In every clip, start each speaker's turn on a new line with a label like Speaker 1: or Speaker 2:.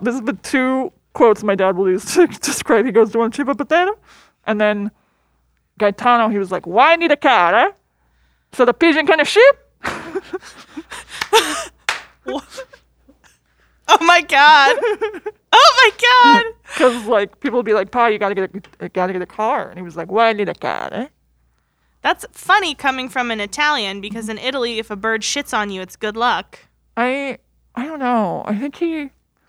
Speaker 1: this is the two quotes my dad will use to describe he goes, Do you want to chip a potato? And then Gaetano, he was like, Why need a car? eh? So the pigeon can ship?
Speaker 2: Oh my god. Oh my god.
Speaker 1: Because like people would be like, Pa, you gotta get a gotta get a car, and he was like, Why need a car? eh?
Speaker 2: That's funny coming from an Italian because in Italy, if a bird shits on you, it's good luck.
Speaker 1: I I don't know. I think he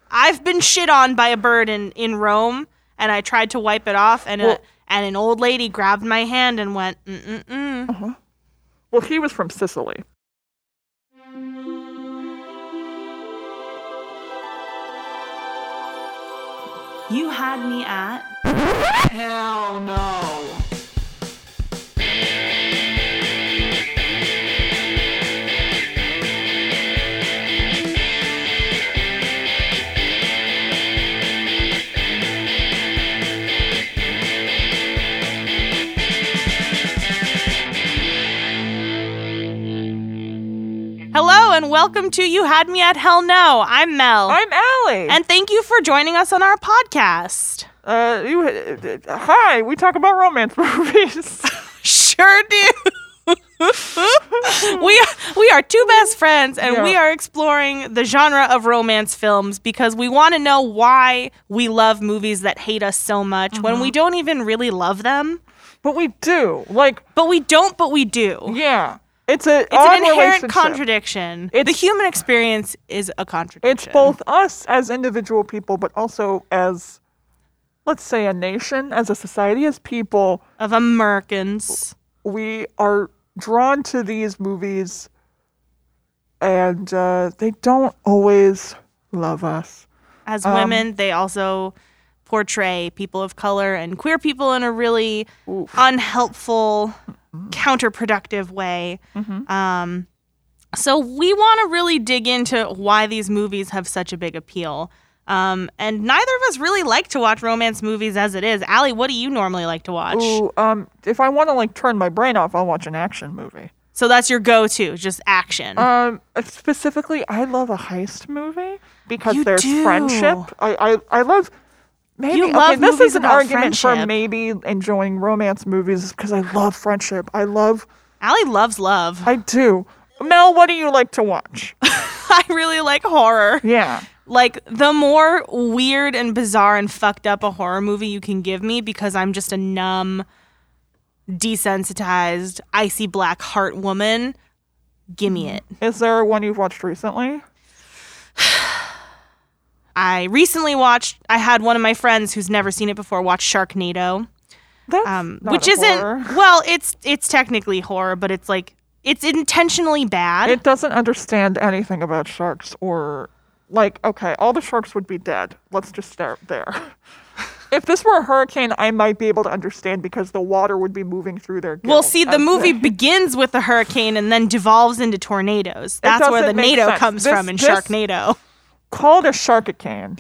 Speaker 2: I've been shit on by a bird in, in Rome, and I tried to wipe it off, and
Speaker 1: Well-
Speaker 2: a, and an old lady grabbed my hand and went, mm mm mm.
Speaker 1: well he was from Sicily.
Speaker 2: You had me at.
Speaker 1: Hell no.
Speaker 2: Hello, and welcome to You Had Me at Hell No. I'm Mel.
Speaker 1: I'm Allie.
Speaker 2: and thank you for joining us on our podcast.
Speaker 1: uh, you, uh, uh, hi, we talk about romance movies.
Speaker 2: Sure do. we we are two best friends and
Speaker 1: Yeah.
Speaker 2: we are exploring the genre of romance films because we want to know why we love movies that hate us so much when
Speaker 1: Mm-hmm.
Speaker 2: we don't even really love them
Speaker 1: but we do. Like,
Speaker 2: but we don't but we do
Speaker 1: yeah. It's a
Speaker 2: it's
Speaker 1: odd
Speaker 2: an inherent
Speaker 1: relationship.
Speaker 2: contradiction the
Speaker 1: It's-
Speaker 2: human experience is a contradiction
Speaker 1: It's both us as individual people, but also as, let's say, a nation, as a society, as people.
Speaker 2: of americans
Speaker 1: We are drawn to these movies, and uh, they don't always love us.
Speaker 2: as women they also portray people of color and queer people in a really unhelpful counterproductive way um, so we want to really dig into why these movies have such a big appeal um, and neither of us really like to watch romance movies as it is Allie, what do you normally like to watch
Speaker 1: Ooh, um, if I want to like turn my brain off, I'll watch an action movie.
Speaker 2: so that's your go-to just action
Speaker 1: Um, specifically, I love a heist movie because
Speaker 2: You
Speaker 1: there's
Speaker 2: do.
Speaker 1: friendship. I, I, I love. Maybe
Speaker 2: You
Speaker 1: okay,
Speaker 2: love
Speaker 1: this
Speaker 2: movies
Speaker 1: is an
Speaker 2: about
Speaker 1: argument for
Speaker 2: friendship.
Speaker 1: maybe enjoying romance movies because I love friendship. I love.
Speaker 2: Allie loves love
Speaker 1: I do. Mel, what do you like to watch?
Speaker 2: i really like horror
Speaker 1: Yeah.
Speaker 2: Like the more weird and bizarre and fucked up a horror movie you can give me because I'm just a numb, desensitized, icy black heart woman, gimme it.
Speaker 1: Is there one you've watched recently?
Speaker 2: I recently watched I had one of my friends who's never seen it before watch Sharknado.
Speaker 1: That's
Speaker 2: Um
Speaker 1: not
Speaker 2: which
Speaker 1: a
Speaker 2: isn't
Speaker 1: horror.
Speaker 2: well, it's it's technically horror, but it's like it's intentionally bad.
Speaker 1: It doesn't understand anything about sharks or like okay, all the sharks would be dead. Let's just start there. if this were a hurricane, I might be able to understand because the water would be moving through their
Speaker 2: well,
Speaker 1: gills
Speaker 2: see, the
Speaker 1: as
Speaker 2: movie
Speaker 1: they-
Speaker 2: begins with a hurricane and then devolves into tornadoes. That's where the
Speaker 1: doesn't make
Speaker 2: NATO
Speaker 1: sense.
Speaker 2: comes
Speaker 1: This-
Speaker 2: from in
Speaker 1: this-
Speaker 2: Sharknado.
Speaker 1: called a sharkicane.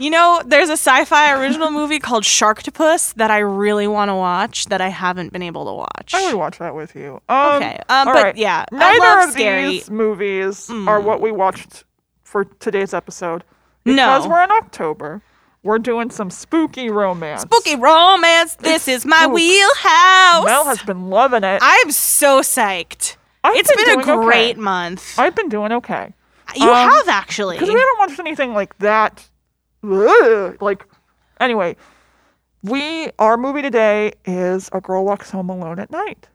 Speaker 2: You know, there's a sci-fi original movie called Sharktopus that I really want to watch that I haven't been able to watch.
Speaker 1: I would watch that with you. Um,
Speaker 2: Okay, um,
Speaker 1: all
Speaker 2: but
Speaker 1: right.
Speaker 2: yeah, I
Speaker 1: neither
Speaker 2: love
Speaker 1: of
Speaker 2: scary- Mm.
Speaker 1: these movies are what we watched for today's episode.
Speaker 2: No.
Speaker 1: because we're in October. We're doing some spooky romance.
Speaker 2: Spooky romance. This is my
Speaker 1: spook.
Speaker 2: wheelhouse.
Speaker 1: Mel Oh. has been loving it.
Speaker 2: I'm so psyched.
Speaker 1: I've
Speaker 2: It's
Speaker 1: been
Speaker 2: been, a
Speaker 1: doing okay.
Speaker 2: great month.
Speaker 1: I've been doing okay.
Speaker 2: you
Speaker 1: um,
Speaker 2: have actually.
Speaker 1: Because we haven't watched anything like that. Ugh, Like, anyway, we our movie today is A Girl Walks Home Alone at Night.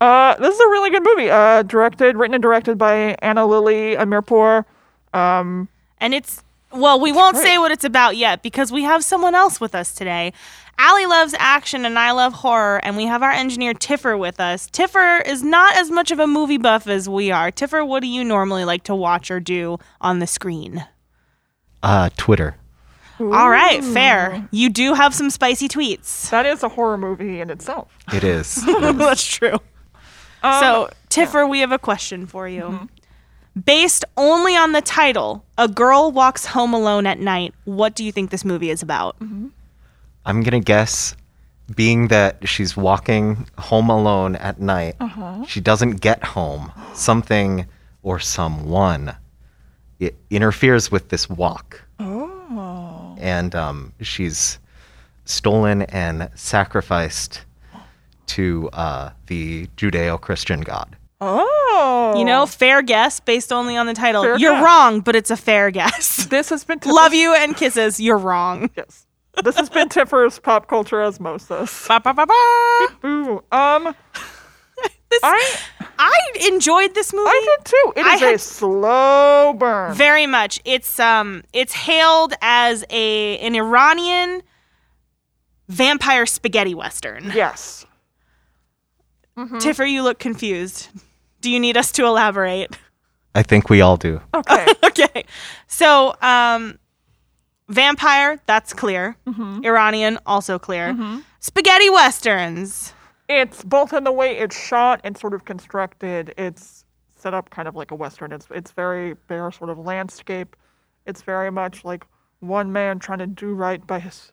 Speaker 1: Uh, this is a really good movie. Uh, directed, written, and directed by Anna Lily Amirpour. Um,
Speaker 2: And it's well, we won't
Speaker 1: great.
Speaker 2: say what it's about yet because we have someone else with us today. Allie loves action and I love horror, and we have our engineer Tiffer with us. Tiffer is not as much of a movie buff as we are. Tiffer, what do you normally like to watch or do on the screen?
Speaker 3: Uh, Twitter.
Speaker 2: All right, fair. You do have some spicy tweets.
Speaker 1: that is a horror movie in itself.
Speaker 3: It is.
Speaker 2: That's true. Um, so, Tiffer, we have a question for you. Based only on the title, A Girl Walks Home Alone at Night, what do you think this movie is about?
Speaker 3: I'm gonna guess, being that she's walking home alone at night, she doesn't get home. Something or someone it interferes with this walk,
Speaker 1: Oh.
Speaker 3: and um, she's stolen and sacrificed to uh, the Judeo-Christian god.
Speaker 1: Oh.
Speaker 2: You know, fair guess based only on the title.
Speaker 1: Fair
Speaker 2: You're
Speaker 1: guess.
Speaker 2: wrong, but it's a fair guess.
Speaker 1: this has been Tipper's,
Speaker 2: Love you and kisses. You're wrong.
Speaker 1: Yes. This has been Tipper's pop culture osmosis.
Speaker 2: Ba, ba, ba, ba.
Speaker 1: Ooh. Um,
Speaker 2: This,
Speaker 1: I
Speaker 2: I enjoyed this movie.
Speaker 1: I did too. It
Speaker 2: I
Speaker 1: is a
Speaker 2: had-
Speaker 1: slow burn.
Speaker 2: Very much. It's um it's hailed as a an Iranian vampire spaghetti western.
Speaker 1: yes. Mm-hmm.
Speaker 2: Tiffer, you look confused. Do you need us to elaborate?
Speaker 3: I think we all do.
Speaker 1: Okay.
Speaker 2: okay. So, um vampire, that's clear.
Speaker 1: Mm-hmm.
Speaker 2: Iranian, also clear. Spaghetti westerns.
Speaker 1: it's both in the way it's shot and sort of constructed. It's set up kind of like a western. It's it's very bare sort of landscape. It's very much like one man trying to do right by his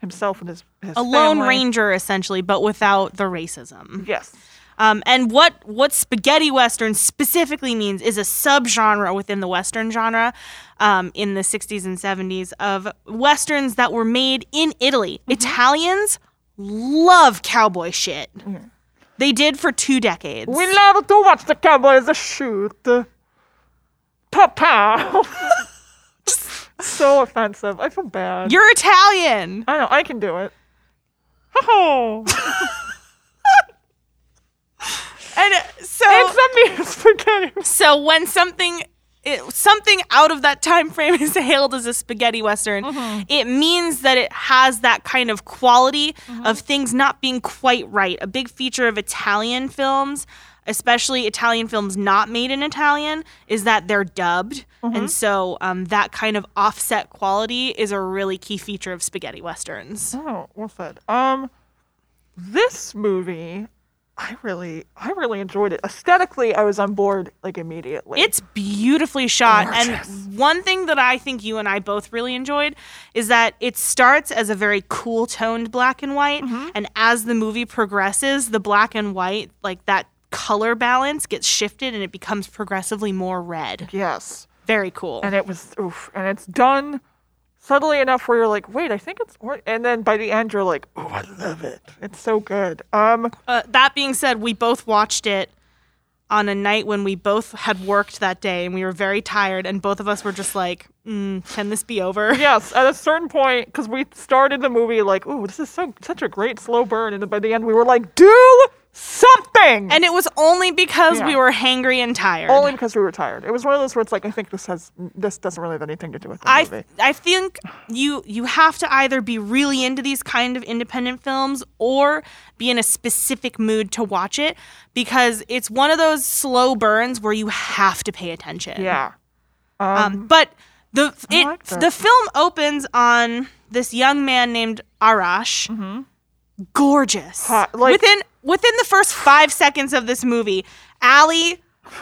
Speaker 1: himself and his, his
Speaker 2: A lone
Speaker 1: family.
Speaker 2: ranger essentially, but without the racism.
Speaker 1: Yes.
Speaker 2: Um, and what what spaghetti western specifically means is a subgenre within the western genre um, in the 60s and 70s of westerns that were made in Italy. Italians love cowboy shit. They did for two decades.
Speaker 1: We love to watch the cowboys shoot. Pow pow. so offensive. I feel bad.
Speaker 2: You're Italian.
Speaker 1: I know I can do it. Ho ho!
Speaker 2: And uh, so
Speaker 1: It's a spaghetti.
Speaker 2: so when something it, something out of that time frame is hailed as a spaghetti western it means that it has that kind of quality of things not being quite right a big feature of italian films especially italian films not made in italian is that they're dubbed and so um, that kind of offset quality is a really key feature of spaghetti westerns
Speaker 1: Oh, well said. Um, this movie, I really, I really enjoyed it. Aesthetically, I was on board like immediately.
Speaker 2: It's beautifully shot.
Speaker 1: Gorgeous.
Speaker 2: And one thing that I think you and I both really enjoyed is that it starts as a very cool toned black and white.
Speaker 1: Mm-hmm.
Speaker 2: And as the movie progresses, the black and white, like that color balance, gets shifted and it becomes progressively more red.
Speaker 1: yes,
Speaker 2: Very cool.
Speaker 1: and it was oof, and it's done subtly enough where you're like, wait, I think it's, or-, and then by the end you're like, oh, I love it. It's so good. Um,
Speaker 2: Uh, that being said, we both watched it on a night when we both had worked that day and we were very tired and both of us were just like mm, can this be over
Speaker 1: yes, at a certain point, because we started the movie like, ooh, this is so such a great slow burn, and then by the end we were like, do something.
Speaker 2: and it was only because
Speaker 1: Yeah.
Speaker 2: we were hangry and tired
Speaker 1: only because we were tired. It was one of those where it's like, I think this has this doesn't really have anything to do with the
Speaker 2: I,
Speaker 1: movie.
Speaker 2: I think you you have to either be really into these kind of independent films or be in a specific mood to watch it because it's one of those slow burns where you have to pay attention.
Speaker 1: Yeah.
Speaker 2: Um, but the it
Speaker 1: like that.
Speaker 2: the film opens on this young man named Arash. Gorgeous.
Speaker 1: Hot, Mm-hmm. like-
Speaker 2: within within the first 5 seconds of this movie, Ali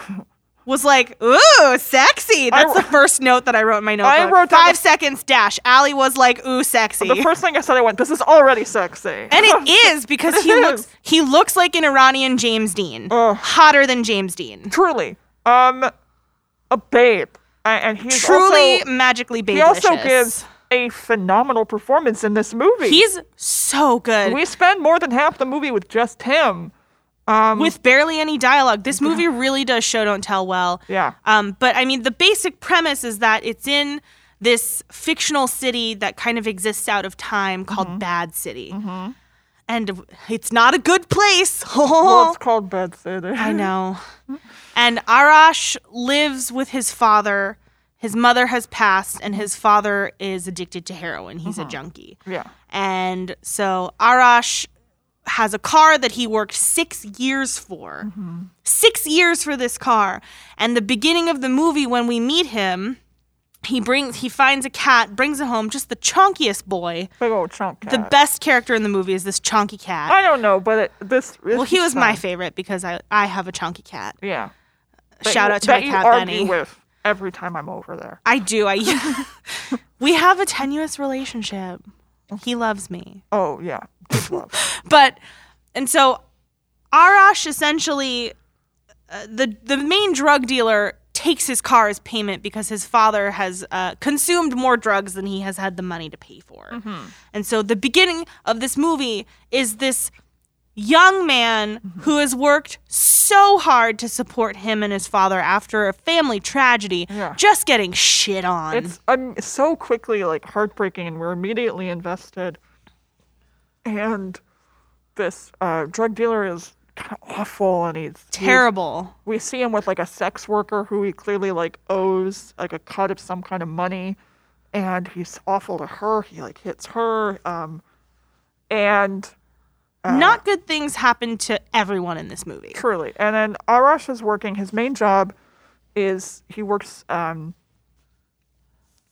Speaker 2: was like, ooh, sexy. That's
Speaker 1: wr-
Speaker 2: the first note that I wrote in my notebook.
Speaker 1: wrote down
Speaker 2: five
Speaker 1: the-
Speaker 2: seconds dash. Ali was like, ooh, sexy.
Speaker 1: The first thing I said, I went, "This is already sexy."
Speaker 2: and it is because he
Speaker 1: It
Speaker 2: looks
Speaker 1: is.
Speaker 2: he looks like an Iranian James Dean.
Speaker 1: Ugh.
Speaker 2: Hotter than James Dean.
Speaker 1: truly, um, a babe, A- and he's
Speaker 2: Truly
Speaker 1: Also,
Speaker 2: magically babylicious.
Speaker 1: he also gives a phenomenal performance in this movie.
Speaker 2: He's so good.
Speaker 1: we spend more than half the movie with just him.
Speaker 2: with barely any dialogue. This movie really does show don't tell well.
Speaker 1: Yeah.
Speaker 2: Um, but I mean, the basic premise is that it's in this fictional city that kind of exists out of time called
Speaker 1: Mm-hmm.
Speaker 2: Bad City. And it's not a good place.
Speaker 1: Well, it's called Bad City.
Speaker 2: I know. And Arash lives with his father. His mother has passed, and his father is addicted to heroin. He's a junkie.
Speaker 1: Mm-hmm. Yeah.
Speaker 2: And so Arash has a car that he worked six years for. Six years for this car. And the beginning of the movie, when we meet him, he brings he finds a cat, brings it home, just the chonkiest boy.
Speaker 1: Big old chunk.
Speaker 2: The
Speaker 1: cat.
Speaker 2: best character in the movie is this chonky cat.
Speaker 1: I don't know, but it, this.
Speaker 2: well, he was my favorite because I, I have a chonky cat.
Speaker 1: Yeah.
Speaker 2: Shout out to
Speaker 1: that
Speaker 2: my
Speaker 1: you
Speaker 2: cat
Speaker 1: argue
Speaker 2: Benny.
Speaker 1: with every time I'm over there.
Speaker 2: I do. I we have a tenuous relationship. He loves me.
Speaker 1: Oh yeah. Big love.
Speaker 2: But and so Arash essentially uh, the the main drug dealer takes his car as payment because his father has uh, consumed more drugs than he has had the money to pay for.
Speaker 1: Mm-hmm.
Speaker 2: And so the beginning of this movie is this young man
Speaker 1: Mm-hmm.
Speaker 2: who has worked so hard to support him and his father after a family tragedy
Speaker 1: Yeah.
Speaker 2: just getting shit on.
Speaker 1: It's I'm so quickly like heartbreaking, and we're immediately invested. And this uh, drug dealer is kind of awful, and he's he's-
Speaker 2: terrible.
Speaker 1: we see him with like a sex worker who he clearly like owes like a cut of some kind of money and he's awful to her he like hits her um and Uh.
Speaker 2: Not good things happen to everyone in this movie.
Speaker 1: truly and then arash is working his main job is he works um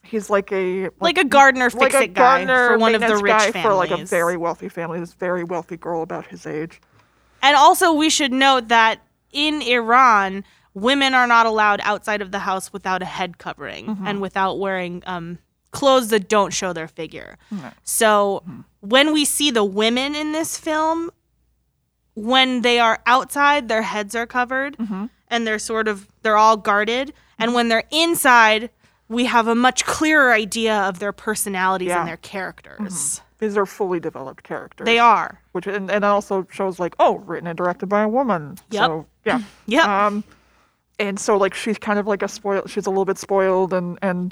Speaker 1: he's like a
Speaker 2: Like a gardener fix
Speaker 1: like a
Speaker 2: it guy
Speaker 1: gardener
Speaker 2: for one of the
Speaker 1: maintenance
Speaker 2: rich
Speaker 1: guy
Speaker 2: families.
Speaker 1: for like a very wealthy family this very wealthy girl about his age
Speaker 2: And also, we should note that in Iran, women are not allowed outside of the house without a head covering
Speaker 1: Mm-hmm.
Speaker 2: and without wearing um, clothes that don't show their figure.
Speaker 1: Mm-hmm.
Speaker 2: So, when we see the women in this film, when they are outside, their heads are covered
Speaker 1: Mm-hmm.
Speaker 2: and they're sort of, they're all guarded. And when they're inside, we have a much clearer idea of their personalities
Speaker 1: Yeah. Mm-hmm.
Speaker 2: and their characters.
Speaker 1: these are fully developed characters
Speaker 2: They are.
Speaker 1: which and, and also shows like oh written and directed by a woman
Speaker 2: Yep.
Speaker 1: so yeah
Speaker 2: Yep.
Speaker 1: um and so like she's kind of like a spoil she's a little bit spoiled and and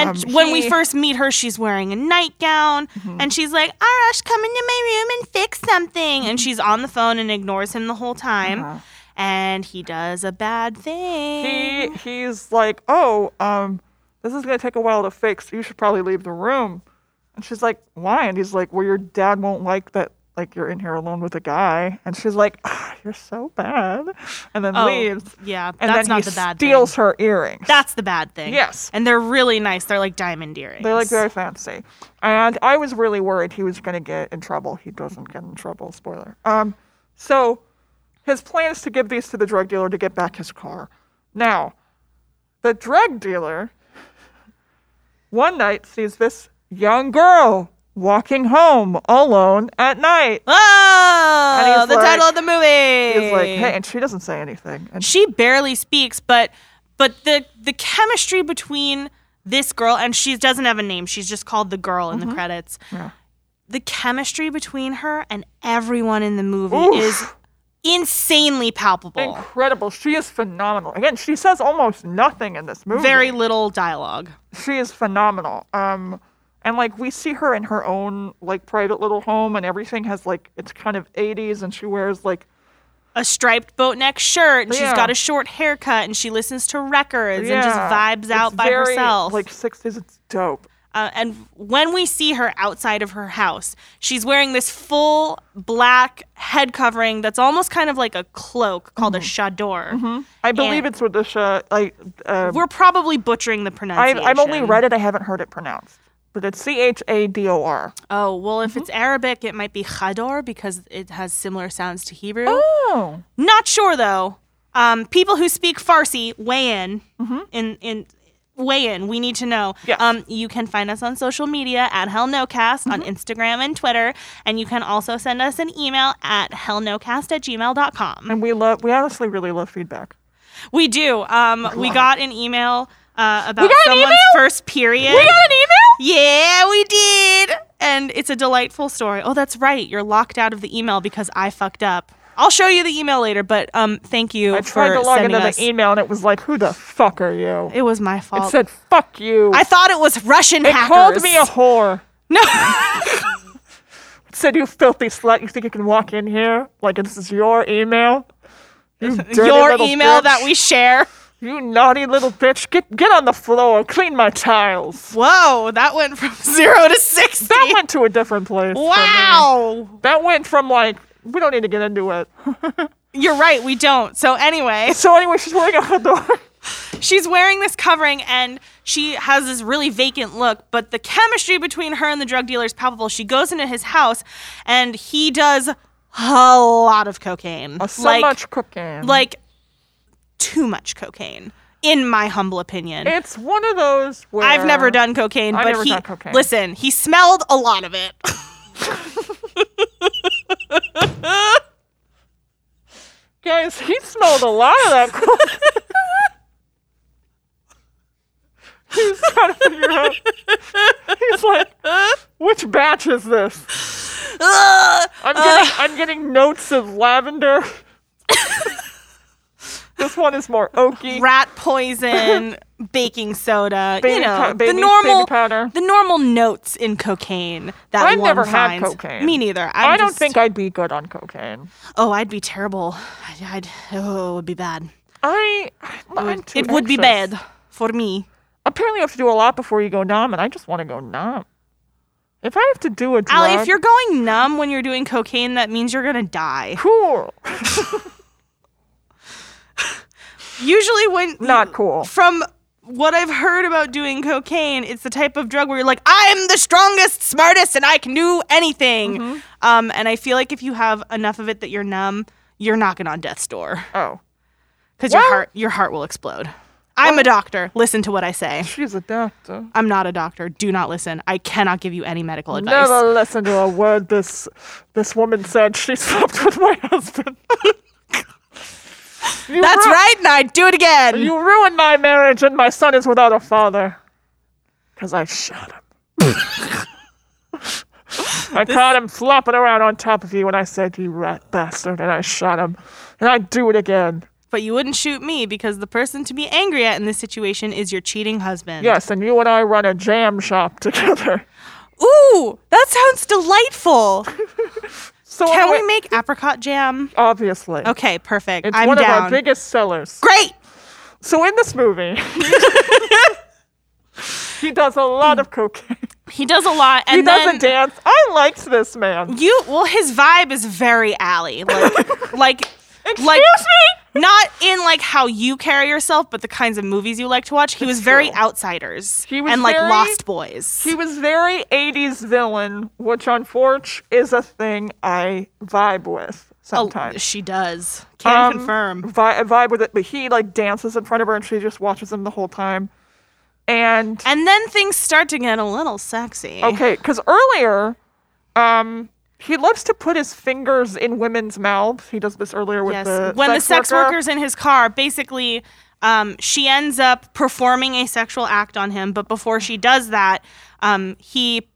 Speaker 2: And
Speaker 1: um,
Speaker 2: when we
Speaker 1: he-
Speaker 2: first meet her, she's wearing a nightgown
Speaker 1: Mm-hmm.
Speaker 2: and she's like, Arash, come into my room and fix something.
Speaker 1: Mm-hmm.
Speaker 2: And she's on the phone and ignores him the whole time. And he does a bad
Speaker 1: Uh-huh. he
Speaker 2: thing.
Speaker 1: he's like oh um this is going to take a while to fix you should probably leave the room and she's like why and he's like well your dad won't like that like you're in here alone with a guy and she's like ah, you're so bad and then
Speaker 2: Oh,
Speaker 1: leaves
Speaker 2: yeah,
Speaker 1: and
Speaker 2: that's
Speaker 1: then
Speaker 2: not
Speaker 1: he
Speaker 2: the bad
Speaker 1: steals
Speaker 2: thing.
Speaker 1: her earrings
Speaker 2: That's the bad thing.
Speaker 1: Yes.
Speaker 2: And they're really nice. They're like diamond earrings.
Speaker 1: They look very fancy. And I was really worried he was going to get in trouble. He doesn't get in trouble, spoiler. Um, so his plan is to give these to the drug dealer to get back his car. Now, the drug dealer one night sees this young girl walking home alone at night. And
Speaker 2: Oh,
Speaker 1: he's
Speaker 2: the
Speaker 1: like-
Speaker 2: title of the movie.
Speaker 1: He's like, hey, and she doesn't say anything. And
Speaker 2: she barely speaks, but but the the chemistry between this girl and she doesn't have a name. She's just called the girl in the credits.
Speaker 1: Mm-hmm. Yeah.
Speaker 2: The chemistry between her and everyone in the movie
Speaker 1: Oof.
Speaker 2: is insanely palpable.
Speaker 1: incredible. She is phenomenal. Again, she says almost nothing in this movie.
Speaker 2: Very little dialogue.
Speaker 1: she is phenomenal. Um, and like we see her in her own like private little home, and everything has like it's kind of 80s, and she wears like
Speaker 2: A striped boat neck shirt, and
Speaker 1: Yeah.
Speaker 2: she's got a short haircut, and she listens to records and just
Speaker 1: yeah,
Speaker 2: vibes out
Speaker 1: it's
Speaker 2: by
Speaker 1: very,
Speaker 2: herself.
Speaker 1: Like 60s, it's dope.
Speaker 2: Uh, and when we see her outside of her house, she's wearing this full black head covering that's almost kind of like a cloak called a chador.
Speaker 1: I believe it's with the show. Like um,
Speaker 2: We're probably butchering the
Speaker 1: I've,
Speaker 2: pronunciation.
Speaker 1: I've only read it, I haven't heard it pronounced, but it's C H A D O R.
Speaker 2: Oh, well,
Speaker 1: Mm-hmm.
Speaker 2: if it's Arabic, it might be chador because it has similar sounds to Hebrew.
Speaker 1: Oh,
Speaker 2: Not sure though. Um, people who speak Farsi weigh in. In in weigh in. We need to know.
Speaker 1: Mm-hmm. Yes.
Speaker 2: Um, you can find us on social media at HellNoCast
Speaker 1: Mm-hmm.
Speaker 2: on Instagram and Twitter, and you can also send us an email at hellnocast at gmail.com.
Speaker 1: and we love we honestly really love feedback.
Speaker 2: We do. Um, we got an email uh, about
Speaker 1: got an
Speaker 2: someone's
Speaker 1: email?
Speaker 2: first period.
Speaker 1: email.
Speaker 2: Yeah, we did. And it's a delightful story. Oh, that's right. You're locked out of the email because I fucked up. I'll show you the email later, but um, thank you
Speaker 1: I
Speaker 2: for
Speaker 1: tried to log
Speaker 2: sending
Speaker 1: into
Speaker 2: us.
Speaker 1: the email, and it was like, "Who the fuck are you?"
Speaker 2: It was my
Speaker 1: It
Speaker 2: fault.
Speaker 1: said, "Fuck you."
Speaker 2: I thought it was Russian
Speaker 1: It
Speaker 2: hackers.
Speaker 1: called me a whore.
Speaker 2: no.
Speaker 1: said, "You filthy slut! You think you can walk in here like this is your email? You dirty
Speaker 2: your
Speaker 1: little
Speaker 2: email
Speaker 1: bitch.
Speaker 2: that we share.
Speaker 1: you naughty little bitch! Get get on the floor, clean my tiles."
Speaker 2: Whoa, that went from zero to sixty.
Speaker 1: That went to a different place. for me.
Speaker 2: wow.
Speaker 1: That went from like we don't need to get into it.
Speaker 2: You're right. We don't. So anyway,
Speaker 1: So anyway, she's wearing a chador.
Speaker 2: she's wearing this covering and she has this really vacant look, but the chemistry between her and the drug dealer is palpable. She goes into his house and he does a lot of cocaine.
Speaker 1: Oh, so much cooking.
Speaker 2: like too much cocaine, in my humble opinion.
Speaker 1: it's one of those where
Speaker 2: I've never done cocaine,
Speaker 1: I've
Speaker 2: but
Speaker 1: never
Speaker 2: he
Speaker 1: done cocaine.
Speaker 2: listen. He smelled a lot of it.
Speaker 1: Guys, he smelled a lot of that. coke. trying to figure out. He's like, which batch is this?
Speaker 2: Ugh!
Speaker 1: I'm getting,
Speaker 2: Uh.
Speaker 1: I'm getting notes of lavender. this one is more oaky.
Speaker 2: rat poison, baking soda,
Speaker 1: baby,
Speaker 2: you know,
Speaker 1: pow- baby,
Speaker 2: the normal
Speaker 1: baby powder.
Speaker 2: the normal notes in cocaine that
Speaker 1: I've
Speaker 2: one
Speaker 1: never had
Speaker 2: finds.
Speaker 1: cocaine.
Speaker 2: Me neither. I'm
Speaker 1: I don't
Speaker 2: just-
Speaker 1: think I'd be good on cocaine.
Speaker 2: Oh, I'd be terrible. I'd, I'd oh, it would be bad.
Speaker 1: I, I'm too
Speaker 2: it would be
Speaker 1: anxious.
Speaker 2: bad for me.
Speaker 1: Apparently, you have to do a lot before you go numb, and I just want to go numb. If I have to do a drug,
Speaker 2: Allie, if you're going numb when you're doing cocaine, that means you're gonna die.
Speaker 1: cool,
Speaker 2: Usually, when
Speaker 1: not cool.
Speaker 2: from what I've heard about doing cocaine, it's the type of drug where you're like, I'm the strongest, smartest, and I can do anything.
Speaker 1: Mm-hmm.
Speaker 2: Um, and I feel like if you have enough of it that you're numb, you're knocking on death's door
Speaker 1: Oh,
Speaker 2: because your
Speaker 1: Well-
Speaker 2: heart your heart will explode. I'm a doctor. Listen to what I say.
Speaker 1: she's a doctor.
Speaker 2: I'm not a doctor. Do not listen. I cannot give you any medical advice.
Speaker 1: Never listen to a word this this woman said. She slept with my husband. You
Speaker 2: That's
Speaker 1: ru-
Speaker 2: right, and I'd do it again.
Speaker 1: You ruined my marriage, and my son is without a father. Because I shot him. I caught him flopping around on top of you when I said, You rat bastard, and I shot him. And I'd do it again.
Speaker 2: but you wouldn't shoot me because the person to be angry at in this situation is your cheating husband.
Speaker 1: Yes, and you and I run a jam shop together.
Speaker 2: Ooh, that sounds delightful.
Speaker 1: So
Speaker 2: Can
Speaker 1: I-
Speaker 2: we make apricot jam?
Speaker 1: Obviously.
Speaker 2: Okay, perfect.
Speaker 1: It's
Speaker 2: I'm
Speaker 1: one
Speaker 2: down.
Speaker 1: of our biggest sellers.
Speaker 2: Great.
Speaker 1: So in this movie, he does a lot of cocaine.
Speaker 2: He does a lot, and
Speaker 1: He
Speaker 2: then
Speaker 1: doesn't dance. I liked this man.
Speaker 2: you. Well, his vibe is very alley, like, like, like,
Speaker 1: me?
Speaker 2: not in like how you carry yourself, but the kinds of movies you like to watch. He was very outsiders,
Speaker 1: He was
Speaker 2: and like
Speaker 1: very-
Speaker 2: Lost Boys.
Speaker 1: He was very 80s villain, which on Forge is a thing I vibe with
Speaker 2: Oh,
Speaker 1: sometimes.
Speaker 2: she does. Can
Speaker 1: Um,
Speaker 2: confirm.
Speaker 1: Vi- vibe with it, but he like dances in front of her and she just watches him the whole time. And
Speaker 2: And then things start to get a little sexy.
Speaker 1: okay, because earlier, um, he loves to put his fingers in women's mouths. He does this earlier with
Speaker 2: Yes.
Speaker 1: the
Speaker 2: when the sex
Speaker 1: worker.
Speaker 2: worker's in his car, basically, um, she ends up performing a sexual act on him. But before she does that, um, he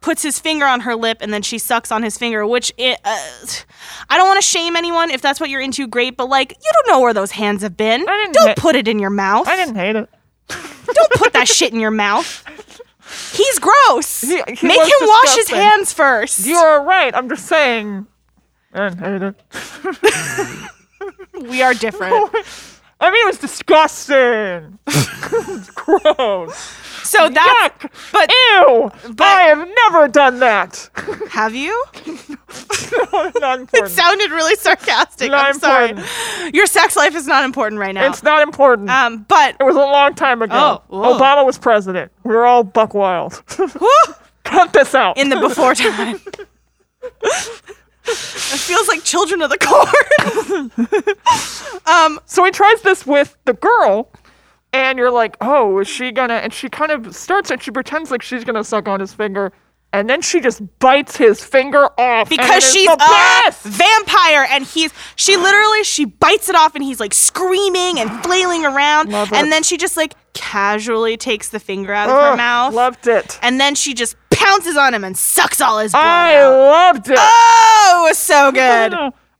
Speaker 2: puts his finger on her lip and then she sucks on his finger, which it, uh, I don't want to shame anyone. If that's what you're into, great. But like, you don't know where those hands have been.
Speaker 1: I didn't
Speaker 2: don't
Speaker 1: hit-
Speaker 2: put it in your mouth.
Speaker 1: I didn't hate it.
Speaker 2: don't put that shit in your mouth. He's gross.
Speaker 1: He-
Speaker 2: Make
Speaker 1: he
Speaker 2: him
Speaker 1: was
Speaker 2: wash his
Speaker 1: disgusting.
Speaker 2: hands first.
Speaker 1: You are right. I'm just saying. I didn't hate it.
Speaker 2: we are different.
Speaker 1: I mean, it was disgusting. It's gross.
Speaker 2: So that,
Speaker 1: Yuck.
Speaker 2: but
Speaker 1: Ew!
Speaker 2: But-
Speaker 1: I have never done that.
Speaker 2: have you?
Speaker 1: not important.
Speaker 2: sounded really sarcastic.
Speaker 1: Not
Speaker 2: I'm sorry.
Speaker 1: important.
Speaker 2: Your sex life is not important right now.
Speaker 1: it's not important.
Speaker 2: um, but
Speaker 1: it was a long time ago.
Speaker 2: Oh, whoa.
Speaker 1: Obama was president. We were all buck wild.
Speaker 2: whew,
Speaker 1: Cut this out.
Speaker 2: in the before time. it feels like children of the corn.
Speaker 1: so he tries this with the girl, and you're like, oh, is she gonna? And she kind of starts and she pretends like she's gonna suck on his finger, and then she just bites his finger off and it
Speaker 2: because
Speaker 1: is
Speaker 2: she's
Speaker 1: the
Speaker 2: a
Speaker 1: best!
Speaker 2: vampire and he's she literally she bites it off and he's like screaming and flailing around
Speaker 1: Love
Speaker 2: and
Speaker 1: it.
Speaker 2: then she just like casually takes the finger out of her
Speaker 1: Ugh,
Speaker 2: mouth
Speaker 1: Loved it.
Speaker 2: and then she just pounces on him and sucks all his blood
Speaker 1: I
Speaker 2: out.
Speaker 1: loved it.
Speaker 2: Oh, it was so good.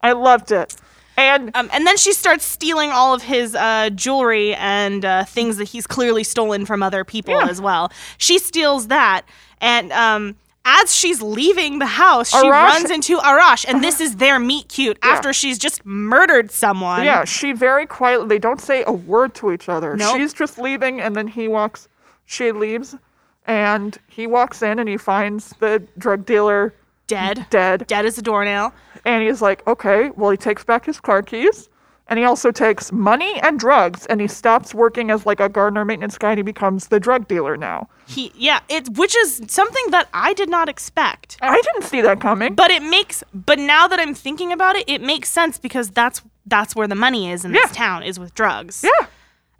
Speaker 1: I loved it. And
Speaker 2: Um, and then she starts stealing all of his uh, jewelry and uh, things that he's clearly stolen from other people as well. She steals that, and um, as she's leaving the house, she
Speaker 1: Arash- Uh-huh.
Speaker 2: runs into Arash, and this is their meet cute after she's just murdered someone.
Speaker 1: Yeah, she very quietly. They don't say a word to each other.
Speaker 2: Nope.
Speaker 1: She's just leaving, and then he walks. She leaves, and he walks in, and he finds the drug dealer
Speaker 2: dead,
Speaker 1: dead.
Speaker 2: dead as a doornail.
Speaker 1: And he's like, "Okay." Well, he takes back his car keys, and he also takes money and drugs, and he stops working as like a gardener maintenance guy, and he becomes the drug dealer now.
Speaker 2: He, yeah, it which is something that I did not expect.
Speaker 1: I didn't see that coming.
Speaker 2: But it makes but now that I'm thinking about it, it makes sense because that's that's where the money is in
Speaker 1: Yeah.
Speaker 2: this town is with drugs.
Speaker 1: yeah,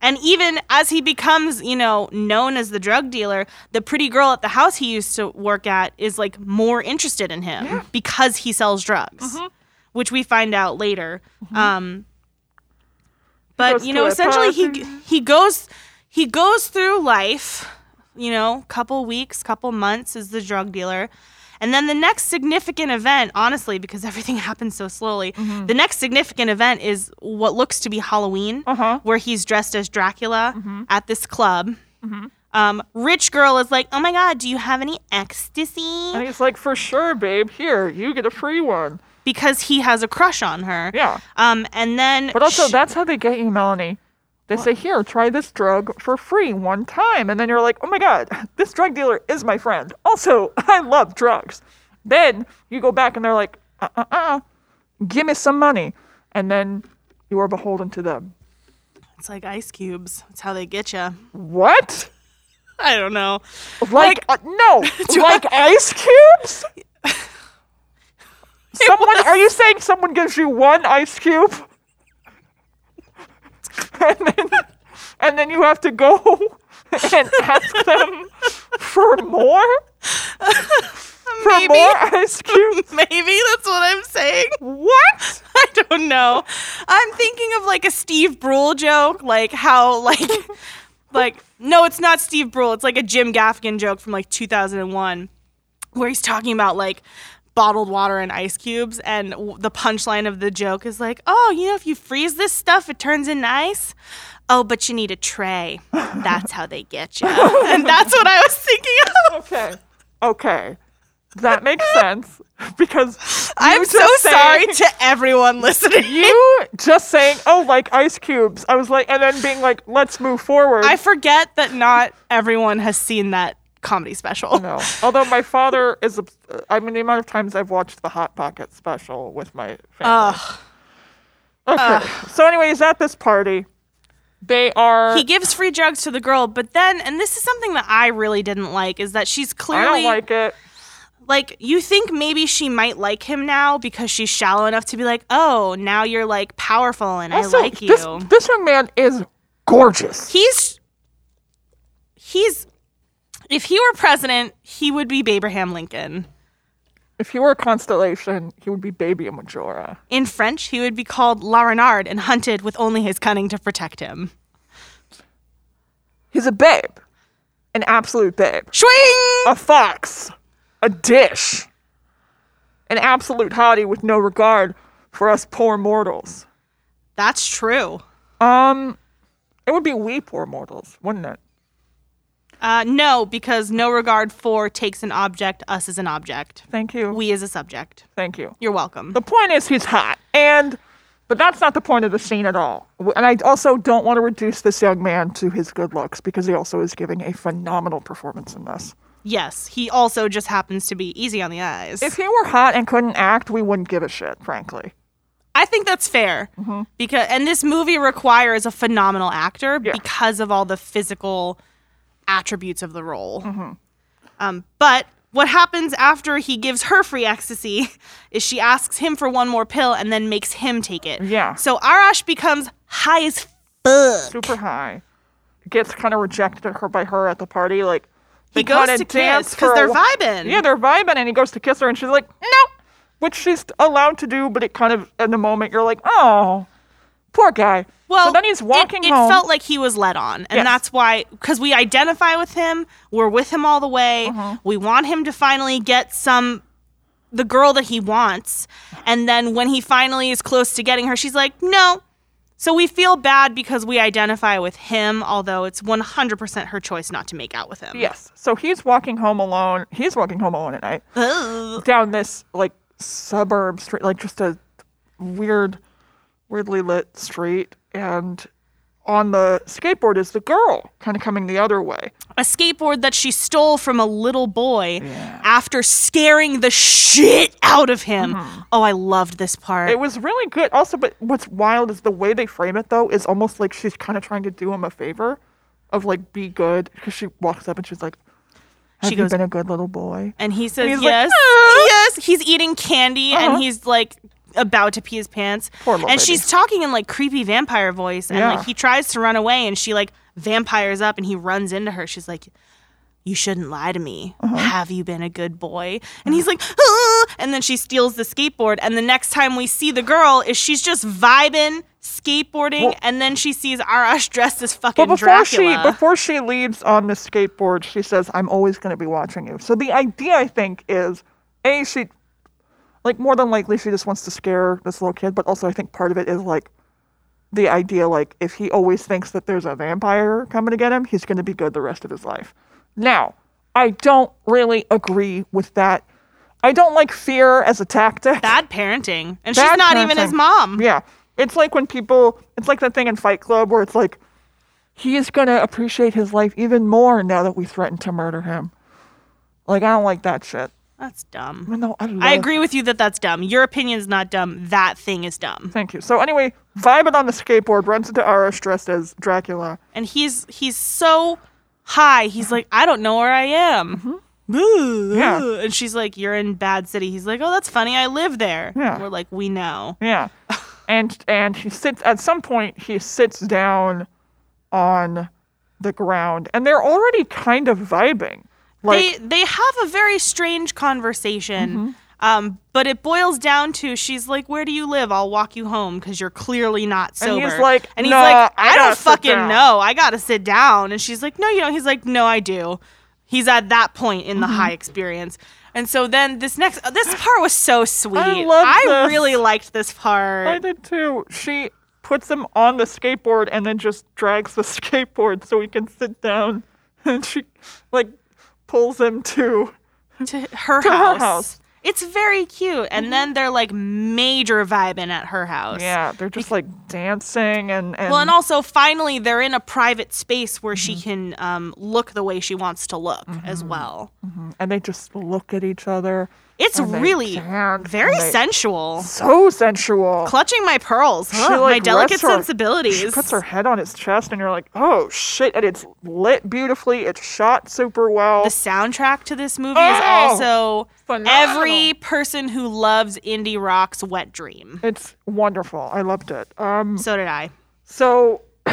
Speaker 2: And even as he becomes, you know, known as the drug dealer, the pretty girl at the house he used to work at is like more interested in him because he sells drugs,
Speaker 1: Mm-hmm.
Speaker 2: which we find out later. Um, but
Speaker 1: Goes Mm-hmm. to
Speaker 2: you know,
Speaker 1: a
Speaker 2: essentially, he
Speaker 1: party.
Speaker 2: he goes he goes through life you know, couple weeks, couple months as the drug dealer. And then the next significant event, honestly, because everything happens so slowly,
Speaker 1: Mm-hmm.
Speaker 2: the next significant event is what looks to be Halloween,
Speaker 1: Uh-huh. Mm-hmm.
Speaker 2: where he's dressed as Dracula at this club. Um, rich girl is like, oh my God, do you have any ecstasy?
Speaker 1: And he's like, for sure, babe, here, you get a free one.
Speaker 2: Because he has a crush on her.
Speaker 1: Yeah.
Speaker 2: Um, and then.
Speaker 1: But also,
Speaker 2: sh-
Speaker 1: that's how they get you, Melanie. They say, here, try this drug for free one time. And then you're like, oh my God, this drug dealer is my friend. Also, I love drugs. Then you go back and they're like, uh uh uh, give me some money. And then you are beholden to them.
Speaker 2: It's like ice cubes. That's how they get you.
Speaker 1: What?
Speaker 2: I don't know.
Speaker 1: Like, uh, no, like ice cubes? Someone, are you saying someone gives you one ice cube? And then, and then you have to go and ask them for more? For
Speaker 2: Maybe.
Speaker 1: more ice cubes?
Speaker 2: Maybe that's what I'm saying.
Speaker 1: What?
Speaker 2: I don't know. I'm thinking of like a Steve Brule joke, like how like like no, it's not Steve Brule. It's like a Jim Gaffigan joke from like 2001 where he's talking about like bottled water and ice cubes and w- the punchline of the joke is like, "Oh, you know if you freeze this stuff, it turns into ice." Oh, but you need a tray. That's how they get you. And that's what I was thinking of.
Speaker 1: Okay. Okay. That makes sense because
Speaker 2: I'm
Speaker 1: just
Speaker 2: so sorry
Speaker 1: saying-
Speaker 2: to everyone listening.
Speaker 1: you just saying, oh, like ice cubes. I was like, and then being like, let's move forward.
Speaker 2: I forget that not everyone has seen that comedy special.
Speaker 1: No. Although my father is, obs- uh, I mean, the amount of times I've watched the Hot Pocket special with my family.
Speaker 2: Ugh.
Speaker 1: okay. So, anyways, at this party, they are.
Speaker 2: He gives free drugs to the girl, but then, and this is something that I really didn't like, is that she's
Speaker 1: I
Speaker 2: clearly
Speaker 1: don't like it.
Speaker 2: like, you think maybe she might like him now because she's shallow enough to be like, oh, now you're like powerful and
Speaker 1: Also,
Speaker 2: I like you.
Speaker 1: this this young man is gorgeous.
Speaker 2: he's he's if he were president, he would be Abraham Lincoln.
Speaker 1: If he were a constellation, he would be Baby Majora.
Speaker 2: In French, he would be called La Renarde and hunted with only his cunning to protect him.
Speaker 1: He's a babe, an absolute babe,
Speaker 2: Swing!
Speaker 1: a fox, a dish, an absolute hottie with no regard for us poor mortals.
Speaker 2: That's true.
Speaker 1: Um, it would be we poor mortals, wouldn't it?
Speaker 2: Uh, no, because no regard for takes an object, us as an object,
Speaker 1: Thank you.
Speaker 2: we as a subject.
Speaker 1: Thank you.
Speaker 2: You're welcome.
Speaker 1: The point is he's hot, and but that's not the point of the scene at all. W- And I also don't want to reduce this young man to his good looks because he also is giving a phenomenal performance in this.
Speaker 2: Yes, he also just happens to be easy on the eyes.
Speaker 1: If he were hot and couldn't act, we wouldn't give a shit, frankly.
Speaker 2: I think that's fair
Speaker 1: Mm-hmm.
Speaker 2: because, and this movie requires a phenomenal actor
Speaker 1: Yeah.
Speaker 2: because of all the physical attributes of the role.
Speaker 1: Mm-hmm.
Speaker 2: Um, but what happens after he gives her free ecstasy is she asks him for one more pill and then makes him take it.
Speaker 1: Yeah.
Speaker 2: So Arash becomes high as fuck.
Speaker 1: Super high. Gets kind of rejected her by her at the party. Like
Speaker 2: He
Speaker 1: they
Speaker 2: goes
Speaker 1: kinda
Speaker 2: to
Speaker 1: dance
Speaker 2: kiss
Speaker 1: for
Speaker 2: because
Speaker 1: a
Speaker 2: they're
Speaker 1: wh-
Speaker 2: vibing.
Speaker 1: Yeah, they're vibing, and he goes to kiss her, and she's like, no, which she's allowed to do, but it kind of, in the moment, you're like, oh, poor guy.
Speaker 2: well,
Speaker 1: so then he's
Speaker 2: it-
Speaker 1: walking
Speaker 2: It,
Speaker 1: home.
Speaker 2: felt like he was led on, and
Speaker 1: Yes.
Speaker 2: that's why because we identify with him, we're with him all the way.
Speaker 1: Uh-huh.
Speaker 2: We want him to finally get some the girl that he wants, and then when he finally is close to getting her, she's like, no. So we feel bad because we identify with him, although it's 100% her choice not to make out with him.
Speaker 1: yes. So he's walking home alone. He's walking home alone at night
Speaker 2: Ugh.
Speaker 1: down this like suburb street, like just a weird, weirdly lit street, and on the skateboard is the girl, kind of coming the other way.
Speaker 2: a skateboard that she stole from a little boy after scaring the shit out of him. Oh, I loved this part.
Speaker 1: Uh-huh. It was really good. Also, but what's wild is the way they frame it though is almost like she's kind of trying to do him a favor, of like be good because she walks up and she's like, "Have
Speaker 2: She
Speaker 1: you
Speaker 2: goes-
Speaker 1: been a good little boy?"
Speaker 2: and he says
Speaker 1: he's like,
Speaker 2: yes.
Speaker 1: "Ah."
Speaker 2: yes, he's eating candy
Speaker 1: Uh-huh.
Speaker 2: and he's like about to pee his pants.
Speaker 1: Poor little
Speaker 2: and
Speaker 1: baby.
Speaker 2: she's talking in like creepy vampire voice and
Speaker 1: Yeah.
Speaker 2: like he tries to run away and she like vampires up and he runs into her.
Speaker 1: Uh-huh.
Speaker 2: She's like you shouldn't lie to me. Have you been a good boy? And he's like, "Ah, and then she steals the skateboard. And the next time we see the girl, is she's just vibing, skateboarding,
Speaker 1: Well-
Speaker 2: and then she sees Arash dressed as fucking
Speaker 1: But before
Speaker 2: Dracula.
Speaker 1: she before she leaves on the skateboard, she says, "I'm always going to be watching you." So the idea, I think, is a she, like more than likely, she just wants to scare this little kid. But also, I think part of it is like the idea, like if he always thinks that there's a vampire coming to get him, he's going to be good the rest of his life. Now, I don't really agree with that. I don't like fear as a tactic.
Speaker 2: Bad parenting, and
Speaker 1: Bad
Speaker 2: she's not even
Speaker 1: parenting.
Speaker 2: his mom.
Speaker 1: Yeah. It's like when people, it's like that thing in Fight Club where it's like, he's going to appreciate his life even more now that we threatened to murder him. Like, I don't like that shit.
Speaker 2: That's dumb.
Speaker 1: Even though I, love
Speaker 2: I agree with you that that's dumb. Your opinion's not dumb. That thing is dumb.
Speaker 1: Thank you. So, anyway, vibing on the skateboard runs into Arash dressed as Dracula.
Speaker 2: And he's he's so high. He's like, I don't know where I am. Boo,
Speaker 1: Mm-hmm. Yeah.
Speaker 2: boo. And she's like, You're in bad city. He's like, Oh, that's funny. I live there.
Speaker 1: Yeah.
Speaker 2: We're like, We know.
Speaker 1: Yeah. and and he sits at some point he sits down on the ground and they're already kind of vibing. Like Mm-hmm.
Speaker 2: they they have a very strange conversation. Um, but it boils down to she's like, "Where do you live? I'll walk you home because you're clearly not
Speaker 1: And
Speaker 2: sober."
Speaker 1: he's like,
Speaker 2: and he's
Speaker 1: "Nah,
Speaker 2: like,
Speaker 1: I
Speaker 2: "I,
Speaker 1: gotta
Speaker 2: don't
Speaker 1: sit
Speaker 2: fucking
Speaker 1: down."
Speaker 2: know. I gotta sit down." And she's like, "No, you don't." He's like, "No, I do." He's at that point in the
Speaker 1: Mm-hmm.
Speaker 2: high experience, and so then this next uh, this part was so sweet.
Speaker 1: love this.
Speaker 2: really liked this part.
Speaker 1: I did too. She puts him on the skateboard and then just drags the skateboard so he can sit down. And she, like, pulls him to.
Speaker 2: to her
Speaker 1: her
Speaker 2: house.
Speaker 1: house. Mm-hmm.
Speaker 2: It's very cute. And then they're like major vibing at her house.
Speaker 1: Yeah, they're just like dancing and. and
Speaker 2: Well, and also finally, they're in a private space where she can
Speaker 1: Mm-hmm.
Speaker 2: um, look the way she wants to look as well.
Speaker 1: and they just look at each other.
Speaker 2: It's
Speaker 1: And they
Speaker 2: really
Speaker 1: dance,
Speaker 2: very
Speaker 1: and they-
Speaker 2: sensual.
Speaker 1: So sensual.
Speaker 2: Clutching my pearls, huh, my
Speaker 1: like,
Speaker 2: delicate
Speaker 1: rests her-
Speaker 2: sensibilities.
Speaker 1: She puts her head on his chest, and you're like, oh shit. And it's lit beautifully. It's shot super well.
Speaker 2: the soundtrack to this movie is
Speaker 1: Oh!
Speaker 2: also
Speaker 1: Phenomenal. Mm-hmm.
Speaker 2: every person who loves indie rock's wet dream.
Speaker 1: It's wonderful. I loved it. Um,
Speaker 2: So did I.
Speaker 1: So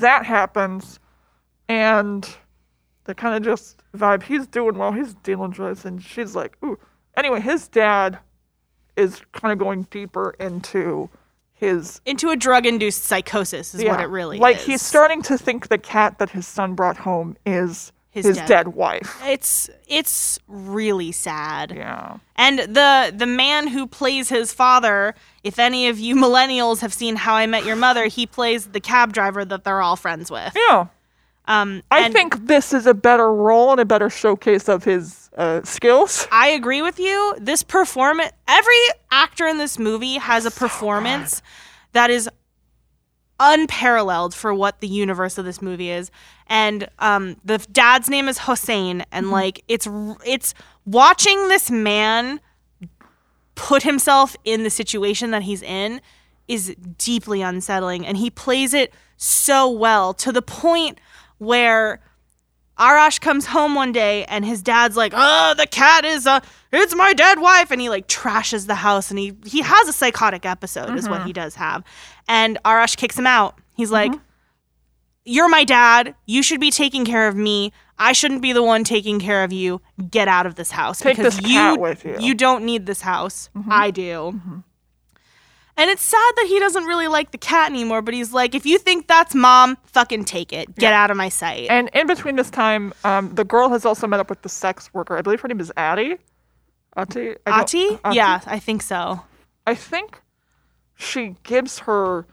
Speaker 1: that happens, and they kind of just vibe. He's doing well. He's dealing with this, and she's like, "Ooh." Anyway, his dad is kind of going deeper into his
Speaker 2: Into a drug-induced psychosis is what
Speaker 1: yeah,
Speaker 2: it really
Speaker 1: like.
Speaker 2: is.
Speaker 1: He's starting to think the cat that his son brought home is his,
Speaker 2: His
Speaker 1: dead.
Speaker 2: dead-
Speaker 1: wife.
Speaker 2: It's it's really sad.
Speaker 1: Yeah,
Speaker 2: And the the man who plays his father, if any of you millennials have seen How I Met Your Mother, he plays the cab driver that they're all friends with.
Speaker 1: yeah.
Speaker 2: Um,
Speaker 1: I
Speaker 2: and
Speaker 1: think this is a better role and a better showcase of his uh, skills.
Speaker 2: I agree with you. This performance, every actor in this movie has a performance that is unparalleled for what the universe of this movie is. And um, the dad's name is Hossein, and like it's r- it's watching this man put himself in the situation that he's in is deeply unsettling, and he plays it so well to the point where. Arash comes home one day and his dad's like, "Oh, the cat is uh it's my dead wife." And he like trashes the house and he he has a psychotic episode is
Speaker 1: Mm-hmm.
Speaker 2: what he does have. And Arash kicks him out. He's like, "You're my dad. You should be taking care of me. I shouldn't be the one taking care of you. Get out of this house
Speaker 1: Take
Speaker 2: because
Speaker 1: this
Speaker 2: you
Speaker 1: cat with you." Mm-hmm.
Speaker 2: don't need this house. I do." And it's sad that he doesn't really like the cat anymore, but he's like, if you think that's mom, fucking take it. Get out of my sight.
Speaker 1: And in between this time, um, the girl has also met up with the sex worker. I believe her name is Addie. Ati? I "Uh-uh." don't-
Speaker 2: Ati? Yeah, I think so.
Speaker 1: I think she gives her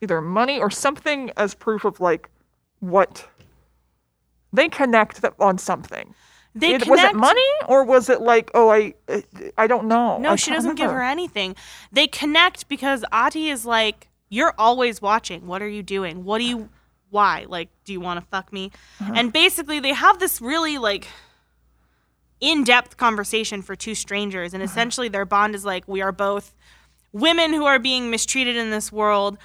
Speaker 1: either money or something as proof of like what they connect that on something.
Speaker 2: They
Speaker 1: It-
Speaker 2: connect.
Speaker 1: Was it money or was it like oh I I don't know.
Speaker 2: No,
Speaker 1: I
Speaker 2: she
Speaker 1: can't
Speaker 2: doesn't give her
Speaker 1: remember.
Speaker 2: anything. They connect because Ati is like, "You're always watching. What are you doing? What do you? Why? Like, do you want to fuck me?"
Speaker 1: Uh-huh.
Speaker 2: And basically, they have this really like in-depth conversation for two strangers,
Speaker 1: Uh-huh.
Speaker 2: and essentially, their bond is like, "We are both women who are being mistreated in this world."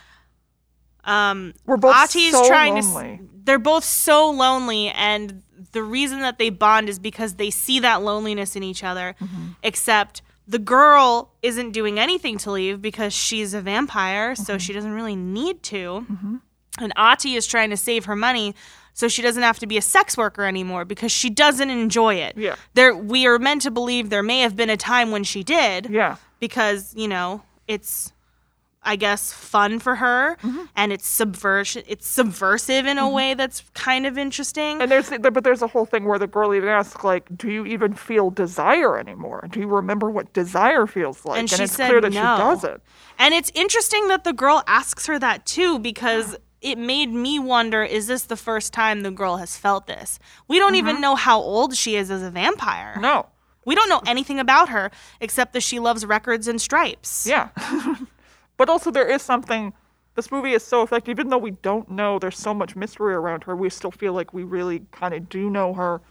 Speaker 2: Um,
Speaker 1: We're both
Speaker 2: Ati's
Speaker 1: so
Speaker 2: trying
Speaker 1: lonely.
Speaker 2: to. s- They're both so lonely, and the reason that they bond is because they see that loneliness in each other.
Speaker 1: Mm-hmm.
Speaker 2: Except the girl isn't doing anything to leave because she's a
Speaker 1: Mm-hmm.
Speaker 2: vampire, so she doesn't really need to. And Ati is trying to save her money, so she doesn't have to be a sex worker anymore because she doesn't enjoy it.
Speaker 1: Yeah.
Speaker 2: There we are meant to believe there may have been a time when she did
Speaker 1: Yeah.
Speaker 2: because, you know, it's I guess fun for her
Speaker 1: Mm-hmm.
Speaker 2: and it's subversion it's subversive in a way that's kind of interesting.
Speaker 1: And there's but there's a whole thing where the girl even asks like, "Do you even feel desire anymore? Do you remember what desire feels like?"
Speaker 2: And she
Speaker 1: it's
Speaker 2: said
Speaker 1: clear that she
Speaker 2: no.
Speaker 1: doesn't.
Speaker 2: And it's interesting that the girl asks her that too because it made me wonder is this the first time the girl has felt this? We don't even know how old she is as a vampire.
Speaker 1: Mm-hmm. No.
Speaker 2: We don't know anything about her except that she loves records and stripes.
Speaker 1: Yeah. but also there is something. This movie is so effective, even though we don't know. There's so much mystery around her. We still feel like we really kind of do know her,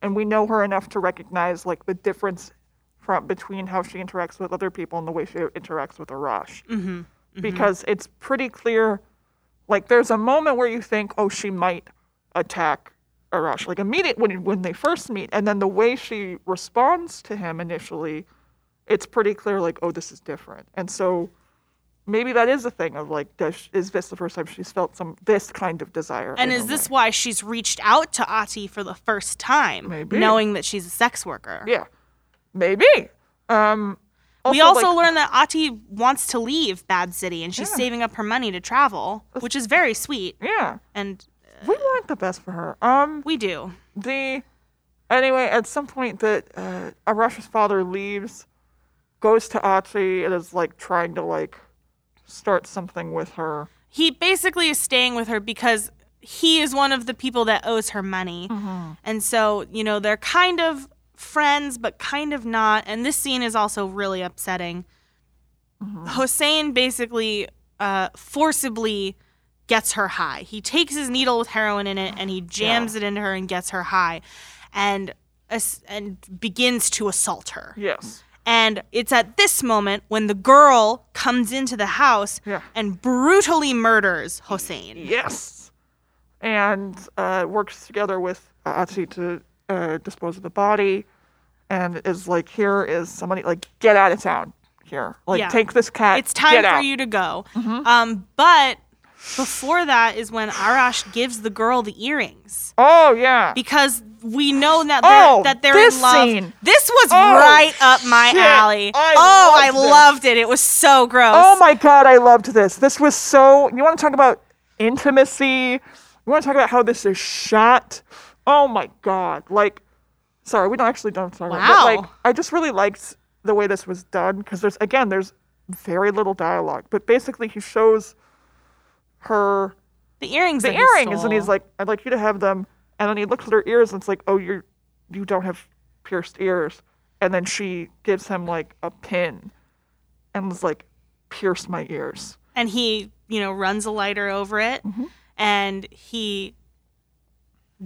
Speaker 1: and we know her enough to recognize like the difference from between how she interacts with other people and the way she interacts with Arash. Mm-hmm. Because it's pretty clear. Like there's a moment where you think, oh, she might attack Arash, like immediate when when they first meet, and then the way she responds to him initially it's pretty clear like oh this is different and so maybe that is a thing of like does is this the first time she's felt some this kind of desire
Speaker 2: And
Speaker 1: in a
Speaker 2: is this
Speaker 1: way?
Speaker 2: why she's reached out to Ati for the first time,
Speaker 1: Maybe.
Speaker 2: knowing that she's a sex worker?
Speaker 1: yeah maybe um
Speaker 2: we also
Speaker 1: like,
Speaker 2: learn that Ati wants to leave Bad City and she's saving up her money to travel, which is very sweet.
Speaker 1: yeah
Speaker 2: And
Speaker 1: we want the best for her um
Speaker 2: we do.
Speaker 1: the anyway at some point that uh Arash's father leaves goes to Achi and is like trying to like start something with her
Speaker 2: He basically is staying with her because he is one of the people that owes her money. And so, you know, they're kind of friends, but kind of not. And this scene is also really upsetting. Hossein basically uh, forcibly gets her high. He takes his needle with heroin in it and he jams it into her and gets her high and, ass- and begins to assault her.
Speaker 1: yes
Speaker 2: And it's at this moment when the girl comes into the house
Speaker 1: Yeah.
Speaker 2: and brutally murders Hossein.
Speaker 1: Yes. And uh, works together with Atsi to uh, dispose of the body and is like, here is somebody, like, get out of town here. Like,
Speaker 2: Yeah.
Speaker 1: take this cat.
Speaker 2: It's time
Speaker 1: get
Speaker 2: for
Speaker 1: out. Mm-hmm.
Speaker 2: you to go. Um, but before that is when Arash gives the girl the earrings
Speaker 1: Oh, yeah.
Speaker 2: because we know that they're,
Speaker 1: Oh,
Speaker 2: that they're
Speaker 1: this
Speaker 2: in love.
Speaker 1: scene.
Speaker 2: This was
Speaker 1: Oh,
Speaker 2: right up my
Speaker 1: shit.
Speaker 2: alley.
Speaker 1: I
Speaker 2: oh, I
Speaker 1: loved this.
Speaker 2: loved it. It was so gross.
Speaker 1: Oh, my God. I loved this. This was so. You want to talk about intimacy? You want to talk about how this is shot? Oh, my God. Like, sorry, we don't actually don't talk about it. But,
Speaker 2: Wow.
Speaker 1: like, I just really liked the way this was done because there's, again, there's very little dialogue, but basically he shows her
Speaker 2: the earrings.
Speaker 1: the
Speaker 2: that he
Speaker 1: earrings and
Speaker 2: stole.
Speaker 1: he's like, I'd like you to have them. And then he looks at her ears and it's like, oh, you're, you don't have pierced ears. And then she gives him like a pin and was like, pierce my ears.
Speaker 2: and he you know runs a lighter over it
Speaker 1: Mm-hmm.
Speaker 2: and he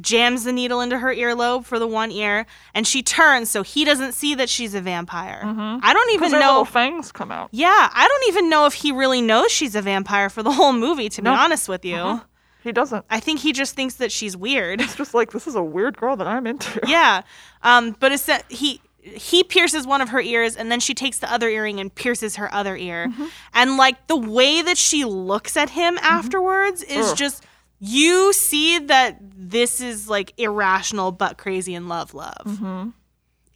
Speaker 2: jams the needle into her earlobe for the one ear and she turns so he doesn't see that she's a vampire i don't even
Speaker 1: Because Mm-hmm. her little
Speaker 2: know
Speaker 1: fangs come out.
Speaker 2: yeah i don't even know if he really knows she's a vampire for the whole movie to
Speaker 1: No. Uh-huh.
Speaker 2: be honest with you
Speaker 1: He doesn't.
Speaker 2: i think he just thinks that she's weird
Speaker 1: It's just like, this is a weird girl that I'm into.
Speaker 2: yeah um, but it's that he he pierces one of her ears and then she takes the other earring and pierces her other ear
Speaker 1: Mm-hmm.
Speaker 2: and like the way that she looks at him afterwards is
Speaker 1: Ugh.
Speaker 2: just you see that this is like irrational but crazy in love love
Speaker 1: Mm-hmm.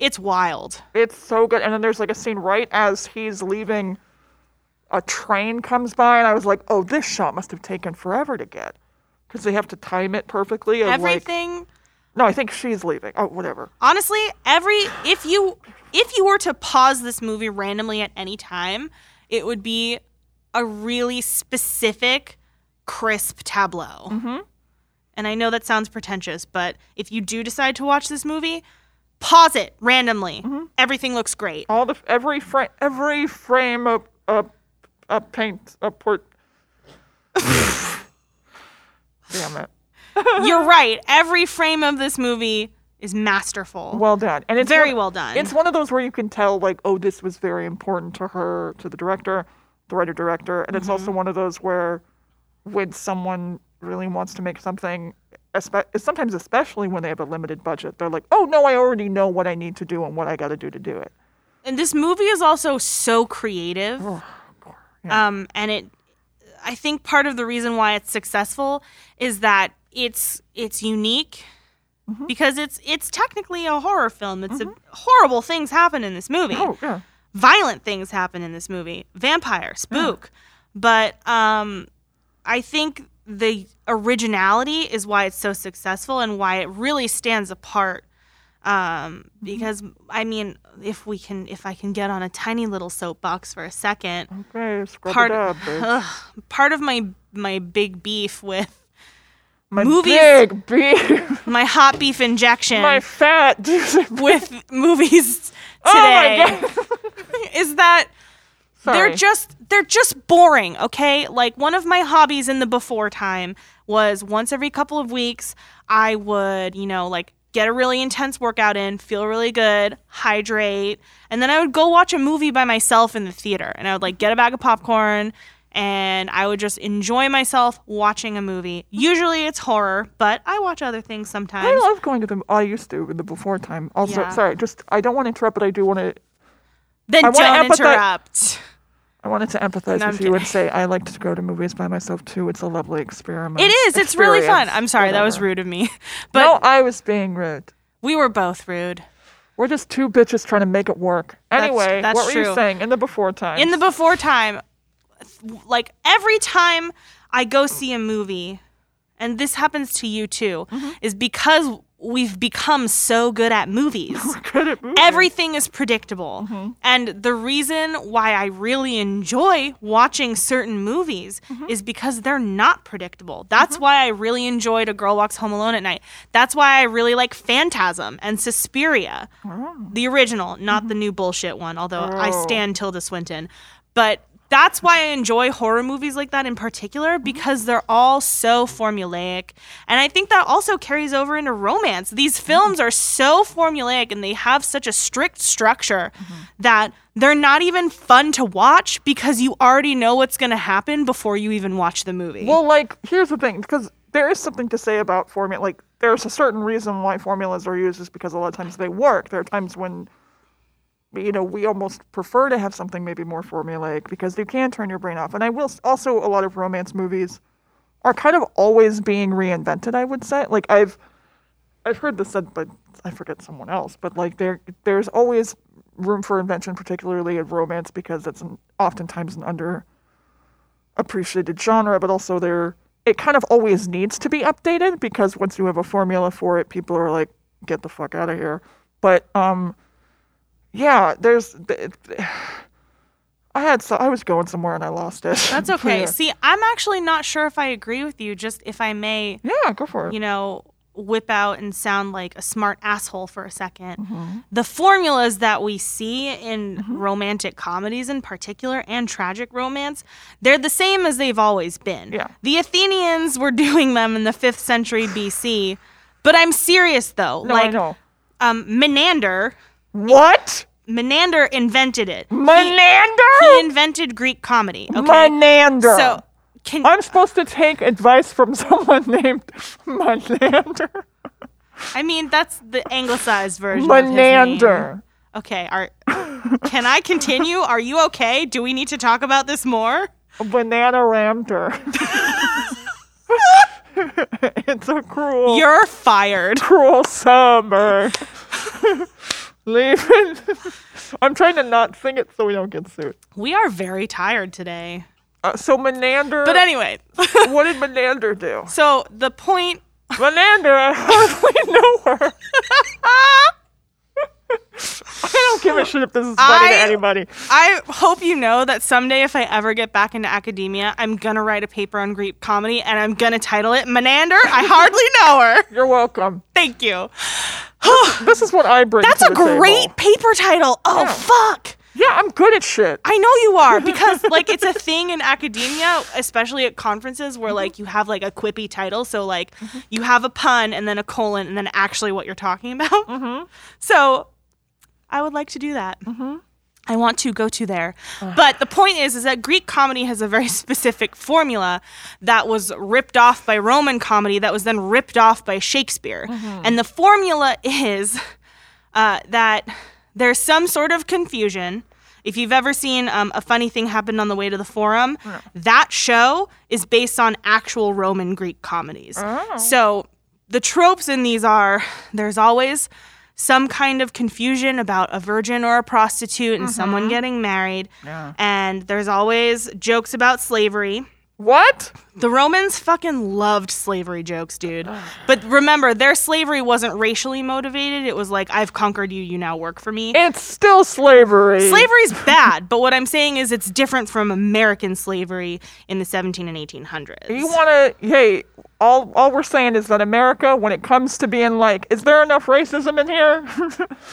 Speaker 2: it's wild
Speaker 1: It's so good. And then there's like a scene right as he's leaving, a train comes by, and I was like, oh, this shot must have taken forever to get. Because they have to time it perfectly. Of Like,
Speaker 2: everything
Speaker 1: no, I think she's leaving. Oh, whatever.
Speaker 2: honestly every if you if you were to pause this movie randomly at any time it would be a really specific crisp tableau
Speaker 1: Mm-hmm.
Speaker 2: and i know that sounds pretentious but if you do decide to watch this movie pause it randomly
Speaker 1: Mm-hmm.
Speaker 2: everything looks great
Speaker 1: All the every frame, every frame of a a paint a port. Damn it!
Speaker 2: you're right every frame of this movie is masterful
Speaker 1: Well done, and it's
Speaker 2: very
Speaker 1: one-
Speaker 2: well done
Speaker 1: It's one of those where you can tell, like, oh, this was very important to her, to the director, the writer director. And it's
Speaker 2: Mm-hmm.
Speaker 1: also one of those where when someone really wants to make something, espe- sometimes especially when they have a limited budget, they're like, oh, no, I already know what I need to do and what I got to do to do it.
Speaker 2: and this movie is also so creative um and it i think part of the reason why it's successful is that it's it's unique because it's it's technically a horror film. It's a, horrible things happen in this movie.
Speaker 1: Oh yeah.
Speaker 2: Violent things happen in this movie. Vampire, spook. But um I think the originality is why it's so successful and why it really stands apart. Um, because I mean, if we can, if I can get on a tiny little soapbox for a second,
Speaker 1: Okay. Scrub
Speaker 2: part
Speaker 1: it up. bitch.
Speaker 2: ugh, part of my my big beef with
Speaker 1: My
Speaker 2: movies-
Speaker 1: big beef.
Speaker 2: my hot beef injection
Speaker 1: my fat. Today.
Speaker 2: with movies
Speaker 1: Oh
Speaker 2: today
Speaker 1: my god.
Speaker 2: is that
Speaker 1: Sorry.
Speaker 2: they're just they're just boring okay like one of my hobbies in the before time was once every couple of weeks i would you know like get a really intense workout in feel really good hydrate and then i would go watch a movie by myself in the theater and i would like get a bag of popcorn and i would just enjoy myself watching a movie usually it's horror but i watch other things sometimes
Speaker 1: I love going to the. I used to in the before time. Also,
Speaker 2: Yeah.
Speaker 1: sorry. Just I don't want to interrupt, but I do want to.
Speaker 2: then
Speaker 1: I
Speaker 2: don't
Speaker 1: wanna empathize-
Speaker 2: interrupt
Speaker 1: I wanted to empathize
Speaker 2: No, I'm
Speaker 1: with you and say
Speaker 2: kidding.
Speaker 1: I like to go to movies by myself too. It's a lovely experiment.
Speaker 2: it is it's really fun
Speaker 1: Experience.
Speaker 2: i'm sorry that was
Speaker 1: Whatever.
Speaker 2: rude of me but
Speaker 1: no, I was being rude.
Speaker 2: we were both rude
Speaker 1: We're just two bitches trying to make it work. Anyway,
Speaker 2: that's
Speaker 1: what were
Speaker 2: true.
Speaker 1: you saying in the before time?
Speaker 2: in the before time like every time i go see a movie and this happens to you too is because we've become so good at movies
Speaker 1: credit movie.
Speaker 2: everything is predictable and the reason why i really enjoy watching certain movies is because they're not predictable that's why i really enjoyed a girl walks home alone at night that's why i really like phantasm and suspiria the original, not the new bullshit one, although I
Speaker 1: Oh.
Speaker 2: stand Tilda Swinton. But that's why I enjoy horror movies like that in particular because they're all so formulaic. And I think that also carries over into romance. These films are so formulaic and they have such a strict structure that they're not even fun to watch because you already know what's going to happen before you even watch the movie.
Speaker 1: Well, like here's the thing, because there is something to say about formula. Like there's a certain reason why formulas are used, is because a lot of times they work. There are times when, you know, we almost prefer to have something maybe more formulaic because you can turn your brain off. And I will s- also a lot of romance movies are kind of always being reinvented. I would say, like I've I've heard this said, but I forget someone else. But like there there's always room for invention, particularly in romance, because it's an, oftentimes an under appreciated genre, but also there it kind of always needs to be updated because once you have a formula for it, people are like, get the fuck out of here. But um, yeah, there's. th- th- I had so I was going somewhere and I lost it.
Speaker 2: that's okay.
Speaker 1: Yeah.
Speaker 2: See, I'm actually not sure if I agree with you, just if I may
Speaker 1: Yeah, go for it.
Speaker 2: you know, whip out and sound like a smart asshole for a 2nd
Speaker 1: Mm-hmm.
Speaker 2: The formulas that we see in romantic comedies in particular and tragic romance, they're the same as they've always been.
Speaker 1: Yeah.
Speaker 2: The Athenians were doing them in the 5th century BC. But I'm serious though.
Speaker 1: no, I
Speaker 2: like
Speaker 1: know.
Speaker 2: um Menander,
Speaker 1: What?
Speaker 2: Menander invented it. He
Speaker 1: Menander?
Speaker 2: invented Greek comedy. Okay.
Speaker 1: Menander.
Speaker 2: So can
Speaker 1: I'm supposed to take advice from someone named Menander.
Speaker 2: I mean that's the anglicized version of his name.
Speaker 1: Menander.
Speaker 2: Okay, are can I continue? Are you okay? Do we need to talk about this more?
Speaker 1: Banana Ramter. it's a cruel,
Speaker 2: You're fired.
Speaker 1: cruel summer. Leave it. I'm trying to not sing it so we don't get sued.
Speaker 2: We are very tired today.
Speaker 1: Uh, so Menander.
Speaker 2: But anyway,
Speaker 1: what did Menander do?
Speaker 2: so the point
Speaker 1: Menander, I hardly know her. I don't give a shit if this is funny
Speaker 2: I-
Speaker 1: to anybody.
Speaker 2: I hope you know that someday if I ever get back into academia, I'm gonna write a paper on Greek comedy and I'm gonna title it Menander, I hardly know her.
Speaker 1: You're welcome.
Speaker 2: Thank you.
Speaker 1: This is what I bring.
Speaker 2: That's
Speaker 1: to
Speaker 2: a
Speaker 1: the table.
Speaker 2: great paper title. Oh fuck.
Speaker 1: Yeah, I'm good at shit.
Speaker 2: I know you are because like it's a thing in academia, especially at conferences where like you have like a quippy title, so like you have a pun and then a colon and then actually what you're talking about. So I would like to do that. I want to go to there. But the point is is that Greek comedy has a very specific formula that was ripped off by Roman comedy that was then ripped off by Shakespeare. And the formula is uh, that there's some sort of confusion. If you've ever seen um, A Funny Thing Happened on the Way to the Forum, that show is based on actual Roman Greek comedies. So the tropes in these are there's always some kind of confusion about a virgin or a prostitute and someone getting married.
Speaker 1: Yeah.
Speaker 2: And there's always jokes about slavery.
Speaker 1: What?
Speaker 2: The Romans fucking loved slavery jokes, dude. But remember, their slavery wasn't racially motivated. It was like, I've conquered you, you now work for me.
Speaker 1: It's still slavery.
Speaker 2: Slavery's bad, but what I'm saying is it's different from American slavery in the 17 and 1800s.
Speaker 1: You want to? Hey, all all we're saying is that America, when it comes to being like, is there enough racism in here?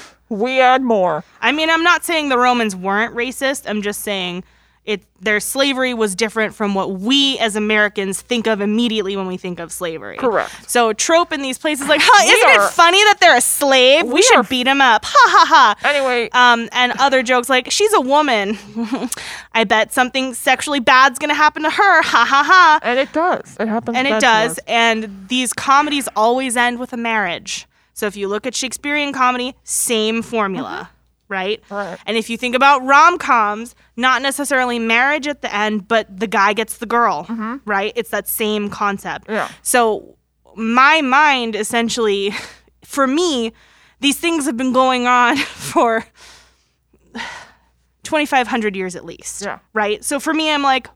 Speaker 1: we add more.
Speaker 2: I mean, I'm not saying the Romans weren't racist. I'm just saying it their slavery was different from what we as Americans think of immediately when we think of slavery.
Speaker 1: Correct.
Speaker 2: So a trope in these places like, huh, isn't
Speaker 1: are-
Speaker 2: it funny that they're a slave? We,
Speaker 1: We
Speaker 2: should
Speaker 1: are-
Speaker 2: 'em beat them up. Ha ha ha.
Speaker 1: Anyway,
Speaker 2: um, and other jokes like she's a woman. I bet something sexually bad's gonna happen to her. Ha ha ha.
Speaker 1: and it does. It happens.
Speaker 2: And
Speaker 1: that
Speaker 2: it
Speaker 1: to
Speaker 2: does.
Speaker 1: us.
Speaker 2: And these comedies always end with a marriage. So if you look at Shakespearean comedy, same formula, right?
Speaker 1: Right.
Speaker 2: And if you think about rom coms, not necessarily marriage at the end, but the guy gets the girl, right? It's that same concept.
Speaker 1: Yeah.
Speaker 2: So my mind essentially, for me, these things have been going on for 2,500 years at least.
Speaker 1: Yeah.
Speaker 2: Right? So for me, I'm like,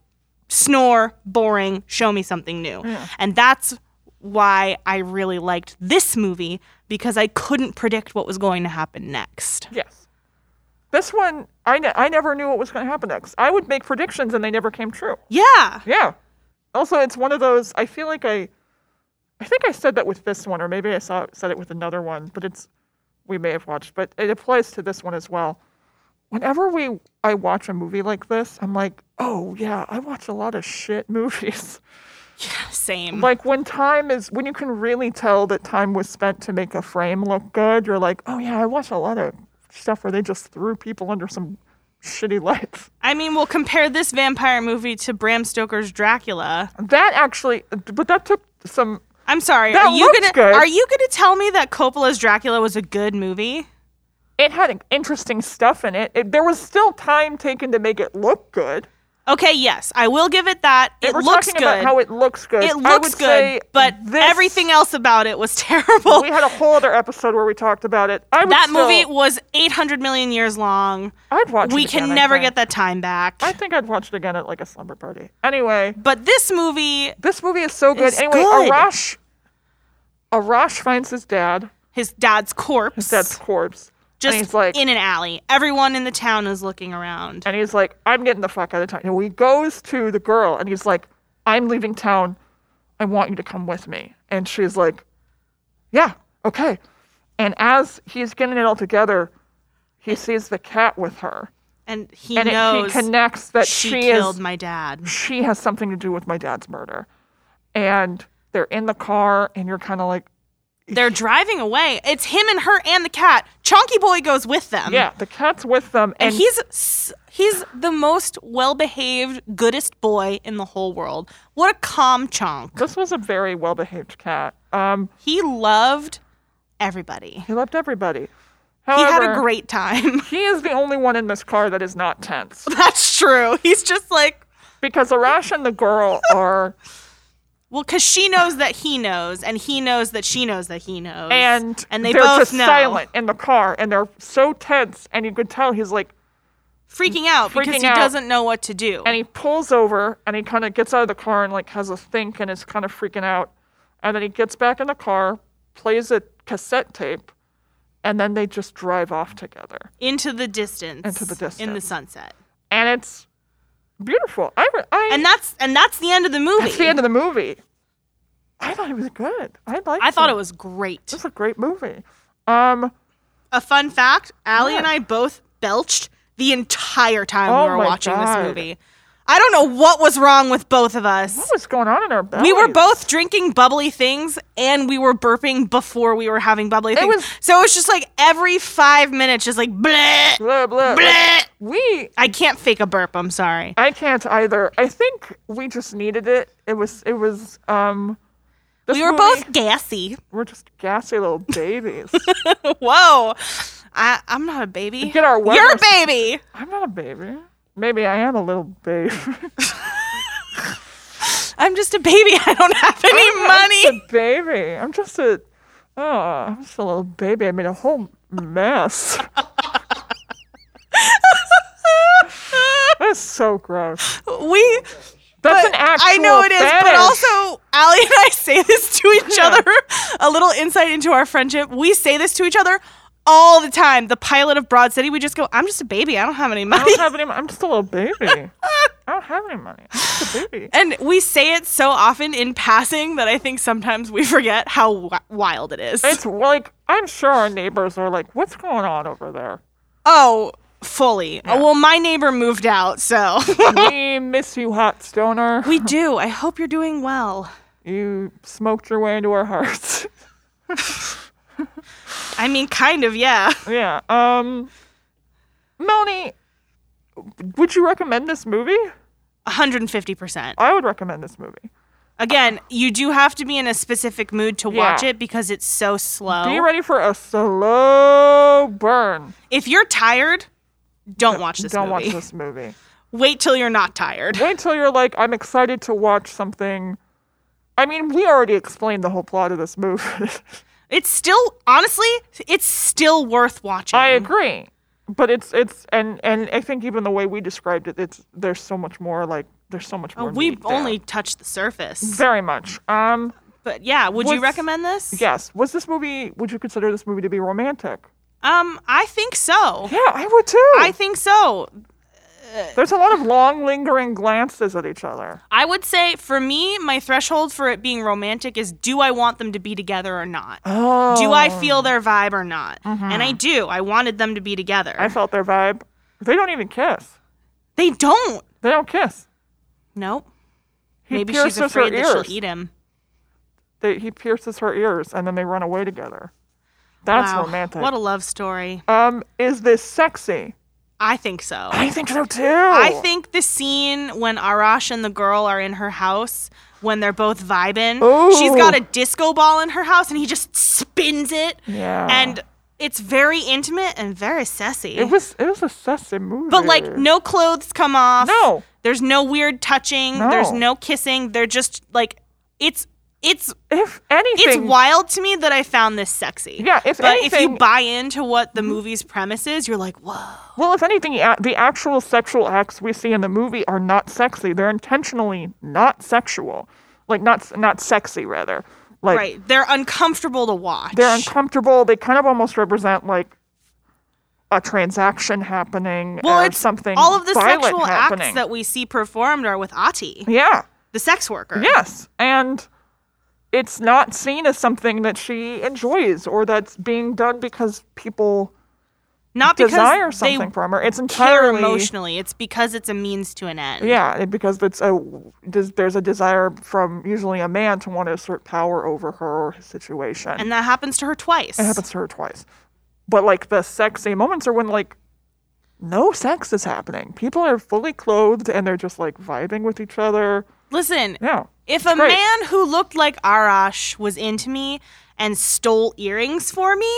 Speaker 2: snore, boring, show me something new. And that's why I really liked this movie because I couldn't predict what was going to happen next.
Speaker 1: Yes. This one, I ne- I never knew what was going to happen next. I would make predictions and they never came true.
Speaker 2: Yeah.
Speaker 1: Yeah. Also, it's one of those. I feel like I, I think I said that with this one, or maybe I saw said it with another one, but it's we may have watched, but it applies to this one as well. Whenever we I watch a movie like this, I'm like, oh yeah, I watch a lot of shit movies.
Speaker 2: Same.
Speaker 1: like when time is when you can really tell that time was spent to make a frame look good, you're like, oh yeah, I watch a lot of stuff where they just threw people under some shitty lights.
Speaker 2: I mean, we'll compare this vampire movie to Bram Stoker's Dracula.
Speaker 1: That actually, but that took some.
Speaker 2: I'm sorry.
Speaker 1: That
Speaker 2: are you
Speaker 1: looks
Speaker 2: gonna
Speaker 1: good.
Speaker 2: are you gonna tell me that Coppola's Dracula was a good movie?
Speaker 1: It had interesting stuff in it. it. There was still time taken to make it look good.
Speaker 2: Okay, yes, I will give it that. It
Speaker 1: We're
Speaker 2: looks
Speaker 1: talking
Speaker 2: good.
Speaker 1: about how it looks good.
Speaker 2: it
Speaker 1: I
Speaker 2: looks
Speaker 1: would say
Speaker 2: good, but
Speaker 1: this-
Speaker 2: everything else about it was terrible.
Speaker 1: We had a whole other episode where we talked about it. I would
Speaker 2: that
Speaker 1: still-
Speaker 2: movie was 800 million years long.
Speaker 1: I'd watch.
Speaker 2: we
Speaker 1: it again,
Speaker 2: can
Speaker 1: I
Speaker 2: never
Speaker 1: think.
Speaker 2: get that time back.
Speaker 1: I think I'd watch it again at like a slumber party. Anyway,
Speaker 2: but this movie,
Speaker 1: this movie is so good.
Speaker 2: It's
Speaker 1: anyway,
Speaker 2: good.
Speaker 1: Arash, Arash finds his dad,
Speaker 2: his dad's corpse,
Speaker 1: dad's corpse,
Speaker 2: just
Speaker 1: and he's like,
Speaker 2: in an alley. Everyone in the town is looking around.
Speaker 1: And he's like, I'm getting the fuck out of town. And he goes to the girl and he's like, I'm leaving town. I want you to come with me. And she's like, Yeah, okay. And as he's getting it all together, he sees the cat with her.
Speaker 2: And he
Speaker 1: And it, he
Speaker 2: knows
Speaker 1: connects that
Speaker 2: she,
Speaker 1: she,
Speaker 2: killed
Speaker 1: is
Speaker 2: my dad.
Speaker 1: she has something to do with my dad's murder. And they're in the car and you're kinda like,
Speaker 2: Mm. They're driving away. It's him and her and the cat. Chonky Boy goes with them.
Speaker 1: Yeah, the cat's with them
Speaker 2: And
Speaker 1: and,
Speaker 2: he's s- he's the most well-behaved, goodest boy in the whole world. What a calm chonk.
Speaker 1: this was a very well behaved cat. Um,
Speaker 2: He loved everybody.
Speaker 1: he loved everybody.
Speaker 2: He had a
Speaker 1: However-
Speaker 2: great time.
Speaker 1: He is the only one in this car that is not tense
Speaker 2: That's true. He's just like,
Speaker 1: because Arash and the girl are,
Speaker 2: well, because she knows that he knows, and he knows that she knows that he knows,
Speaker 1: and,
Speaker 2: and they
Speaker 1: they're
Speaker 2: both
Speaker 1: just
Speaker 2: know,
Speaker 1: silent in the car, and they're so tense, and you could tell he's like,
Speaker 2: freaking out
Speaker 1: Freaking
Speaker 2: because he
Speaker 1: out.
Speaker 2: doesn't know what to do.
Speaker 1: and he pulls over, and he kind of gets out of the car and like has a think, and is kind of freaking out, and then he gets back in the car, plays a cassette tape, and then they just drive off together,
Speaker 2: into the distance,
Speaker 1: Into the
Speaker 2: in the
Speaker 1: distance.
Speaker 2: sunset,
Speaker 1: and it's beautiful. I, re- I
Speaker 2: and that's and that's the end of the movie.
Speaker 1: that's the end of the movie. I thought it was good. I liked.
Speaker 2: I thought it
Speaker 1: was.
Speaker 2: was great.
Speaker 1: It's a great movie. Um.
Speaker 2: A fun fact: Allie and
Speaker 1: Yeah.
Speaker 2: I both belched the entire time
Speaker 1: Oh
Speaker 2: we were
Speaker 1: my
Speaker 2: watching
Speaker 1: God.
Speaker 2: this movie. I don't know what was wrong with both of us.
Speaker 1: What was going on in our bellies?
Speaker 2: We were both drinking bubbly things and we were burping before we were having bubbly things.
Speaker 1: was-
Speaker 2: so it was just like every five minutes, just like bleh,
Speaker 1: blah blah.
Speaker 2: bleh.
Speaker 1: We
Speaker 2: I can't fake a burp. I'm sorry.
Speaker 1: I can't either. I think we just needed it. It was it was um this
Speaker 2: We were
Speaker 1: movie-
Speaker 2: both gassy.
Speaker 1: we're just gassy little babies.
Speaker 2: Whoa. I, I'm not a baby.
Speaker 1: Get our
Speaker 2: You're a
Speaker 1: weapons.
Speaker 2: baby.
Speaker 1: I'm not a baby. Maybe I am a little baby.
Speaker 2: I'm just a baby. I don't have any money.
Speaker 1: a baby. I'm just a. Oh, I'm just a little baby. I made a whole mess. That's so gross.
Speaker 2: we.
Speaker 1: That's
Speaker 2: but
Speaker 1: an actual.
Speaker 2: I know it is, but
Speaker 1: fetish.
Speaker 2: also Allie and I say this to each other. A little insight into our friendship. We say this to each other all the time. The pilot of Broad City, we just go, "I'm just a baby. I don't have any
Speaker 1: I
Speaker 2: money."
Speaker 1: don't have any. mo- I'm just a little baby. I don't have any money. I'm just a baby.
Speaker 2: And we say it so often in passing that I think sometimes we forget how wi- wild it is.
Speaker 1: It's like I'm sure our neighbors are like, "What's going on over there?"
Speaker 2: oh, fully. Oh, well, my neighbor moved out, so
Speaker 1: we miss you, hot stoner.
Speaker 2: we do. I hope you're doing well.
Speaker 1: You smoked your way into our hearts.
Speaker 2: I mean, kind of, yeah.
Speaker 1: yeah. Um, Melanie, would you recommend this movie?
Speaker 2: 150%.
Speaker 1: I would recommend this movie.
Speaker 2: Again, you do have to be in a specific mood to watch
Speaker 1: Yeah.
Speaker 2: it because it's so slow.
Speaker 1: Be ready for a slow burn.
Speaker 2: if you're tired, don't watch this
Speaker 1: Don't
Speaker 2: movie.
Speaker 1: watch this movie.
Speaker 2: Wait till you're not tired.
Speaker 1: Wait till you're like, I'm excited to watch something. I mean, we already explained the whole plot of this movie.
Speaker 2: It's still, honestly, it's still worth watching.
Speaker 1: I agree, but it's it's and and I think even the way we described it, it's there's so much more like there's so much more.
Speaker 2: Oh, We've
Speaker 1: meat there.
Speaker 2: only touched the surface.
Speaker 1: very much. Um,
Speaker 2: But yeah, would you
Speaker 1: What's-
Speaker 2: recommend this?
Speaker 1: yes. Was this movie? Would you consider this movie to be romantic?
Speaker 2: Um, I think so.
Speaker 1: Yeah, I would too.
Speaker 2: I think so.
Speaker 1: There's a lot of long, lingering glances at each other.
Speaker 2: I would say for me, my threshold for it being romantic is do I want them to be together or not?
Speaker 1: Oh, Mm-hmm.
Speaker 2: Do I feel their vibe or not? And I do. I wanted them to be together.
Speaker 1: I felt their vibe. They don't even kiss.
Speaker 2: they don't.
Speaker 1: They don't kiss.
Speaker 2: Nope.
Speaker 1: He
Speaker 2: Maybe she's
Speaker 1: pierces
Speaker 2: afraid
Speaker 1: her
Speaker 2: that
Speaker 1: ears.
Speaker 2: she'll eat him.
Speaker 1: They, he pierces her ears, and then they run away together. That's
Speaker 2: wow.
Speaker 1: romantic.
Speaker 2: What a love story.
Speaker 1: um, is this sexy?
Speaker 2: I think so.
Speaker 1: I think so too.
Speaker 2: I think the scene when Arash and the girl are in her house when they're both vibing, she's got a disco ball in her house and he just spins it.
Speaker 1: Yeah.
Speaker 2: And it's very intimate and very sassy.
Speaker 1: It was it was a sassy movie.
Speaker 2: but like no clothes come off.
Speaker 1: No.
Speaker 2: There's no weird touching. There's
Speaker 1: No.
Speaker 2: no kissing. They're just like it's it's
Speaker 1: if anything,
Speaker 2: it's wild to me that I found this sexy.
Speaker 1: Yeah, if
Speaker 2: but if you
Speaker 1: anything-
Speaker 2: buy into what the movie's premise is, you're like, whoa.
Speaker 1: well, if anything, a- the actual sexual acts we see in the movie are not sexy. They're intentionally not sexual, like not s- not sexy rather. Like
Speaker 2: Right. They're uncomfortable to watch.
Speaker 1: they're uncomfortable. They kind of almost represent like a transaction happening
Speaker 2: well,
Speaker 1: or
Speaker 2: it's
Speaker 1: something.
Speaker 2: All of the
Speaker 1: violent
Speaker 2: sexual
Speaker 1: happening.
Speaker 2: acts that we see performed are with Ati,
Speaker 1: yeah.
Speaker 2: the sex worker.
Speaker 1: Yes, and it's not seen as something that she enjoys or that's being done because people
Speaker 2: Not because
Speaker 1: desire
Speaker 2: they
Speaker 1: something from her. It's
Speaker 2: care
Speaker 1: entirely
Speaker 2: emotionally. It's because it's a means to an end.
Speaker 1: yeah, it- because it's a des- there's a desire from usually a man to want to assert power over her or his situation.
Speaker 2: And that happens to her twice.
Speaker 1: it happens to her twice, but like the sexy moments are when like no sex is happening. People are fully clothed and they're just like vibing with each other.
Speaker 2: Listen,
Speaker 1: Yeah,
Speaker 2: if a
Speaker 1: great.
Speaker 2: man who looked like Arash was into me and stole earrings for me,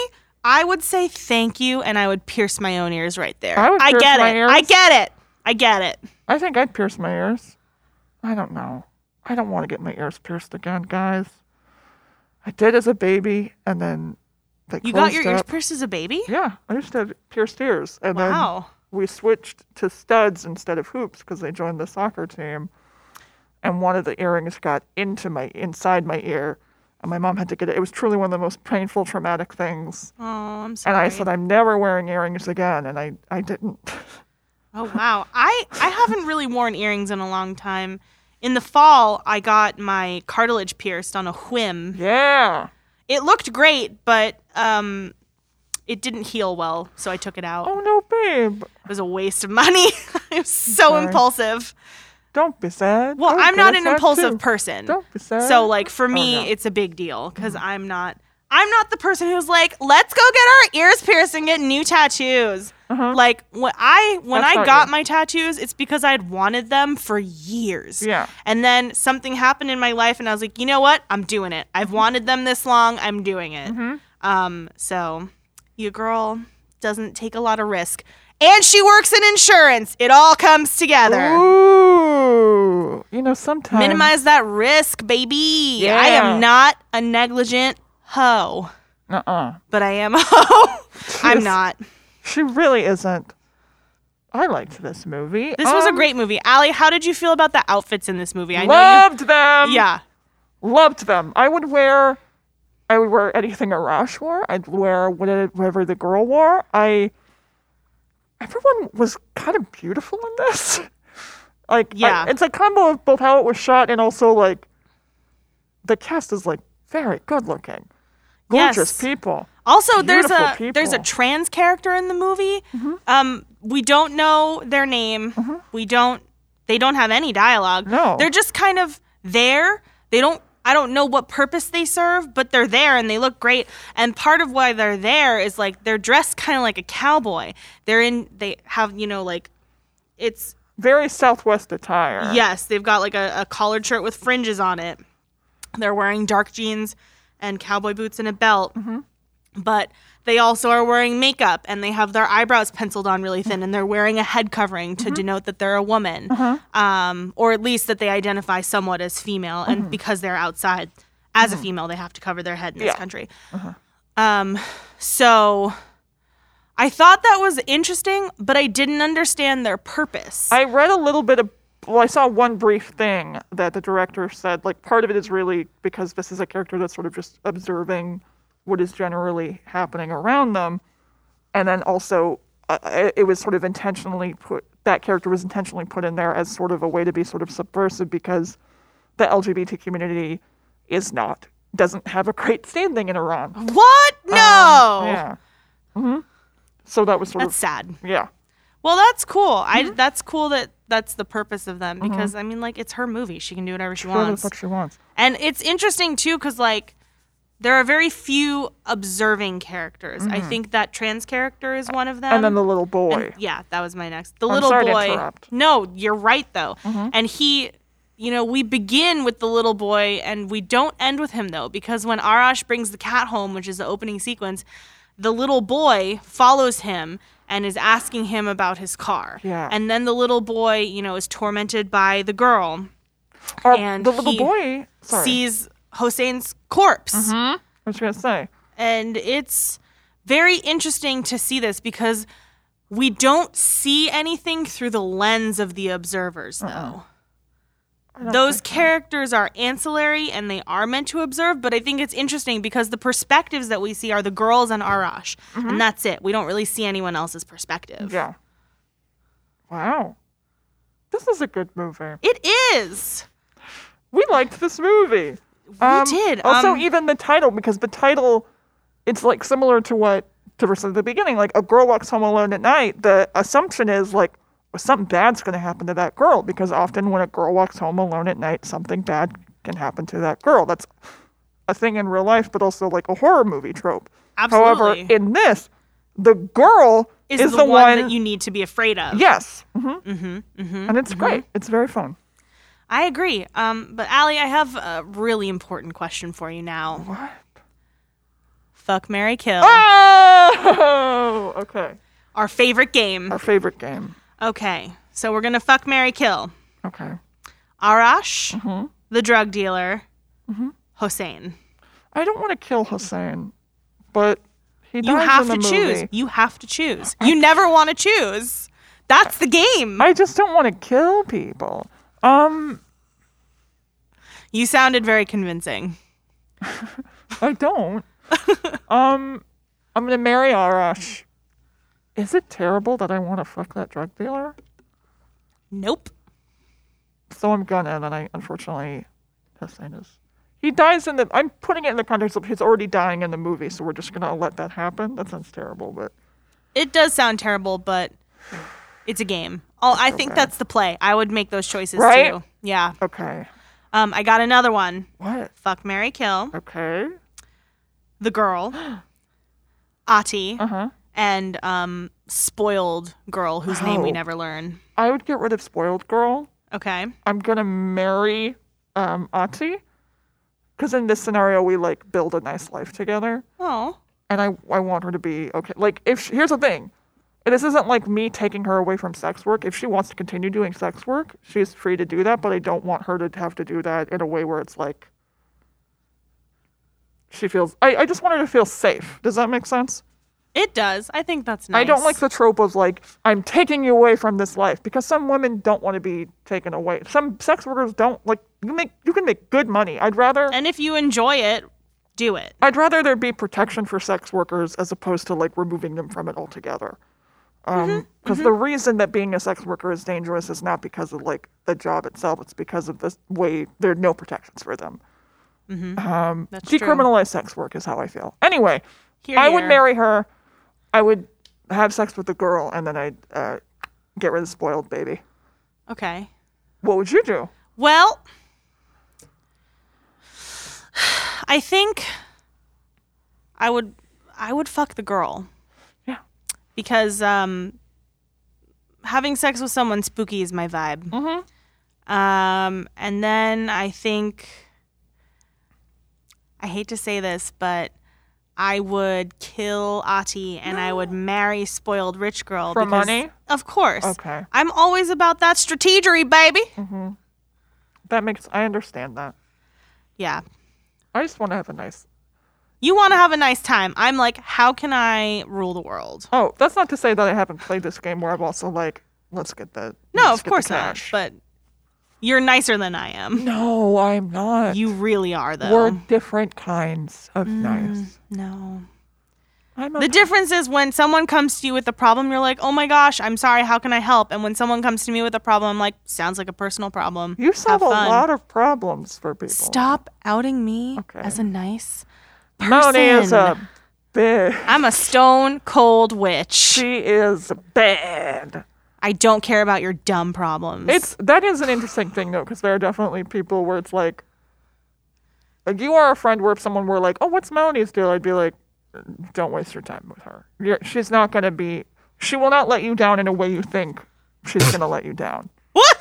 Speaker 2: I would say thank you and I would pierce my own ears right there.
Speaker 1: I would pierce
Speaker 2: get
Speaker 1: my
Speaker 2: it.
Speaker 1: ears.
Speaker 2: I get it. I get it.
Speaker 1: I think I'd pierce my ears. I don't know. I don't want to get my ears pierced again, guys. I did as a baby, and then they
Speaker 2: You got
Speaker 1: closed
Speaker 2: your ears
Speaker 1: up.
Speaker 2: pierced as a baby?
Speaker 1: Yeah, I used to have pierced ears, and
Speaker 2: Wow.
Speaker 1: then we switched to studs instead of hoops because they joined the soccer team, and one of the earrings got into my inside my ear, and my mom had to get it. It was truly one of the most painful, traumatic things.
Speaker 2: Oh, I'm sorry.
Speaker 1: And I said, I'm never wearing earrings again, and I I didn't.
Speaker 2: Oh wow. I I haven't really worn earrings in a long time. In the fall, I got my cartilage pierced on a whim.
Speaker 1: yeah.
Speaker 2: It looked great, but um it didn't heal well, so I took it out.
Speaker 1: Oh no, babe.
Speaker 2: It was a waste of money. it was so
Speaker 1: Sorry. Oh,
Speaker 2: impulsive.
Speaker 1: Don't be sad.
Speaker 2: Well,
Speaker 1: Don't
Speaker 2: I'm
Speaker 1: be
Speaker 2: not an
Speaker 1: sad,
Speaker 2: impulsive
Speaker 1: too.
Speaker 2: person.
Speaker 1: Don't be sad.
Speaker 2: So like for
Speaker 1: Oh,
Speaker 2: me,
Speaker 1: no. Mm-hmm.
Speaker 2: it's a big deal cuz I'm not I'm not the person who's like, "Let's go get our ears pierced and get new tattoos."
Speaker 1: Uh-huh.
Speaker 2: Like when I when
Speaker 1: That's
Speaker 2: I
Speaker 1: not
Speaker 2: got
Speaker 1: you.
Speaker 2: my tattoos, it's because I'd wanted them for years.
Speaker 1: Yeah.
Speaker 2: And then something happened in my life and I was like, "You know what? I'm doing
Speaker 1: Mm-hmm.
Speaker 2: it. I've wanted them this long. I'm doing it." Um so you girl, doesn't take a lot of risk. And she works in insurance. It all comes together.
Speaker 1: Ooh. You know, sometimes.
Speaker 2: Minimize that risk, baby. I
Speaker 1: Yeah.
Speaker 2: am not a negligent hoe,
Speaker 1: Uh uh
Speaker 2: but I am a hoe. I'm
Speaker 1: Yes.
Speaker 2: not.
Speaker 1: She really isn't. I liked this movie.
Speaker 2: This was a
Speaker 1: Um,
Speaker 2: great movie. Allie, how did you feel about the outfits in this movie? I know
Speaker 1: Loved them.
Speaker 2: you. Yeah.
Speaker 1: Loved them. I would wear. I would wear anything Arash wore. I'd wear what- whatever the girl wore. I. Everyone was kind of beautiful in this. Like I-
Speaker 2: Yeah.
Speaker 1: it's a combo of both how it was shot and also like. The cast is like very good looking, gorgeous
Speaker 2: Yes.
Speaker 1: people.
Speaker 2: Also, there's
Speaker 1: Beautiful
Speaker 2: a there's a
Speaker 1: people. Mm-hmm.
Speaker 2: trans character in the movie. Um, we don't know their name. We don't. They don't have any dialogue.
Speaker 1: No.
Speaker 2: they're just kind of there. They don't. I don't know what purpose they serve, but they're there and they look great. And part of why they're there is like they're dressed kind of like a cowboy. They're in. They have you know like, it's
Speaker 1: Very Southwest attire.
Speaker 2: Yes, they've got like a, a collared shirt with fringes on it. They're wearing dark jeans and cowboy boots and a belt. But they also are wearing makeup and they have their eyebrows penciled on really thin and they're wearing a head covering to denote that they're a woman. Um, or at least that they identify somewhat as female. And because they're outside as a female, they have to cover their head in this
Speaker 1: Yeah.
Speaker 2: country. Um, so I thought that was interesting, but I didn't understand their purpose.
Speaker 1: I read a little bit of. Well, I saw one brief thing that the director said. Like, part of it is really because this is a character that's sort of just observing what is generally happening around them. And then also, uh, it- it was sort of intentionally put, that character was intentionally put in there as sort of a way to be sort of subversive because the LGBT community is not, doesn't have a great standing in Iran.
Speaker 2: Oh. What? No.
Speaker 1: Yeah. hmm So that was sort
Speaker 2: That's
Speaker 1: of.
Speaker 2: sad.
Speaker 1: Yeah.
Speaker 2: Well, that's cool. I that's cool that that's the purpose of them because I mean like it's her movie. She can do whatever she
Speaker 1: Whatever the
Speaker 2: wants.
Speaker 1: fuck she wants.
Speaker 2: And it's interesting too cuz like there are very few observing characters. I think that trans character is one of them.
Speaker 1: And then the little boy.
Speaker 2: Yeah, that was my next. The
Speaker 1: I'm
Speaker 2: little
Speaker 1: sorry to
Speaker 2: boy.
Speaker 1: interrupt. Mm-hmm.
Speaker 2: No, you're right though. And he, you know, we begin with the little boy, and we don't end with him though, because when Arash brings the cat home, which is the opening sequence, the little boy follows him and is asking him about his car.
Speaker 1: Yeah.
Speaker 2: And then the little boy, you know, is tormented by the girl.
Speaker 1: Or
Speaker 2: and
Speaker 1: the little
Speaker 2: he
Speaker 1: boy sorry, Mm-hmm.
Speaker 2: Sees Hossein's corpse.
Speaker 1: I was gonna say.
Speaker 2: And it's very interesting to see this because we don't see anything through the lens of the observers, though. Those characters are ancillary and they are meant to observe, but I think it's interesting because the perspectives that we see are the girls and Arash, and that's it. We don't really see anyone else's perspective.
Speaker 1: Yeah. Wow. This is a good movie.
Speaker 2: It is.
Speaker 1: We liked this movie. We
Speaker 2: did,
Speaker 1: Also,
Speaker 2: um,
Speaker 1: even the title, because the title, it's like similar to what Tiver said at the beginning. Like, a girl walks home alone at night. The assumption is like, well, something bad's gonna happen to that girl, because often when a girl walks home alone at night, something bad can happen to that girl. That's a thing in real life, but also like a horror movie trope. However,
Speaker 2: Absolutely.
Speaker 1: in this, the girl
Speaker 2: Is, the, one, that you Mm-hmm, need to be afraid of.
Speaker 1: Yes. hmm And it's great. It's very fun.
Speaker 2: I agree. Um, but Allie, I have a really important question for you now.
Speaker 1: What? Ah!
Speaker 2: Fuck Mary Kill.
Speaker 1: Oh, okay.
Speaker 2: Our favorite game.
Speaker 1: Our favorite game.
Speaker 2: Okay, so we're gonna fuck Mary Kill.
Speaker 1: Okay.
Speaker 2: Arash,
Speaker 1: Mm-hmm.
Speaker 2: the drug dealer, Hossein.
Speaker 1: I don't want to kill Hussein, but he dies
Speaker 2: You have
Speaker 1: in
Speaker 2: to
Speaker 1: the
Speaker 2: choose.
Speaker 1: movie.
Speaker 2: You have to choose. You never want to choose. That's the game.
Speaker 1: I just don't want to kill people. Um,
Speaker 2: You sounded very convincing.
Speaker 1: I don't. um, I'm gonna marry Arash. Is it terrible that I want to fuck that drug dealer?
Speaker 2: Nope.
Speaker 1: So I'm gonna, and then I unfortunately Hussein is. He dies in the. I'm putting it in the context of he's already dying in the movie, so we're just gonna let that happen. That sounds terrible, but
Speaker 2: It does sound terrible, but it's a game. Oh, I think that's the play. I would make those choices
Speaker 1: Right?
Speaker 2: too. Yeah.
Speaker 1: okay.
Speaker 2: Um, I got another one.
Speaker 1: What?
Speaker 2: Fuck Mary Kill,
Speaker 1: Okay.
Speaker 2: the girl, Ati,
Speaker 1: Uh huh.
Speaker 2: and um, spoiled girl whose name we
Speaker 1: Oh.
Speaker 2: never learn.
Speaker 1: I would get rid of spoiled girl.
Speaker 2: Okay.
Speaker 1: I'm gonna marry um Ati, because in this scenario we like build a nice life together.
Speaker 2: Oh.
Speaker 1: and I I want her to be okay. Like if she, here's the thing, this isn't like me taking her away from sex work. If she wants to continue doing sex work, she's free to do that. But I don't want her to have to do that in a way where it's like she feels. I I just want her to feel safe. Does that make sense?
Speaker 2: It does. I think that's nice.
Speaker 1: I don't like the trope of like I'm taking you away from this life because some women don't want to be taken away. Some sex workers don't like you make you can make good money. I'd rather
Speaker 2: And if you enjoy it, do it.
Speaker 1: I'd rather there be protection for sex workers as opposed to like removing them from it altogether. Because um,
Speaker 2: Mm-hmm,
Speaker 1: because the reason that being a sex worker is dangerous is not because of like the job itself; it's because of the way there are no protections for them.
Speaker 2: That's true.
Speaker 1: Decriminalize sex work is how I feel. Anyway,
Speaker 2: Here,
Speaker 1: I would
Speaker 2: here.
Speaker 1: marry her. I would have sex with the girl, and then I'd uh, get rid of the spoiled baby.
Speaker 2: Okay.
Speaker 1: What would you do?
Speaker 2: Well, I think I would I would fuck the girl.
Speaker 1: Yeah.
Speaker 2: Because um having sex with someone spooky is my vibe.
Speaker 1: Mm-hmm.
Speaker 2: Um and then I think I hate to say this, but I would kill Ati and I would marry spoiled rich girl
Speaker 1: For
Speaker 2: because-
Speaker 1: money?
Speaker 2: Of course.
Speaker 1: Okay, Mm-hmm.
Speaker 2: I'm always about that strategery, baby.
Speaker 1: that makes I understand that.
Speaker 2: Yeah.
Speaker 1: I just want to have a nice.
Speaker 2: You want to have a nice time. I'm like, how can I rule the world?
Speaker 1: Oh, that's not to say that I haven't played this game where I'm also like, let's get the.
Speaker 2: No,
Speaker 1: let's
Speaker 2: of
Speaker 1: get the
Speaker 2: course not.
Speaker 1: cash.
Speaker 2: But you're nicer than I am.
Speaker 1: no, I'm not.
Speaker 2: You really are, though.
Speaker 1: We're different kinds of nice.
Speaker 2: no.
Speaker 1: I'm a
Speaker 2: The difference is when someone comes to you with a problem, you're like, oh my gosh, I'm sorry, how can I help? And when someone comes to me with a problem, I'm like, sounds like a personal problem.
Speaker 1: you solve a
Speaker 2: fun.
Speaker 1: lot of problems for people.
Speaker 2: Stop outing me
Speaker 1: Okay.
Speaker 2: as a nice person.
Speaker 1: Moni is uh, a bitch.
Speaker 2: I'm a stone cold witch.
Speaker 1: She is bad.
Speaker 2: I don't care about your dumb problems.
Speaker 1: It's that is an interesting thing though, because there are definitely people where it's like, like you are a friend where if someone were like, oh, what's Melanie's deal? I'd be like, don't waste your time with her. You're, she's not gonna be. She will not let you down in a way you think she's gonna let you down.
Speaker 2: What?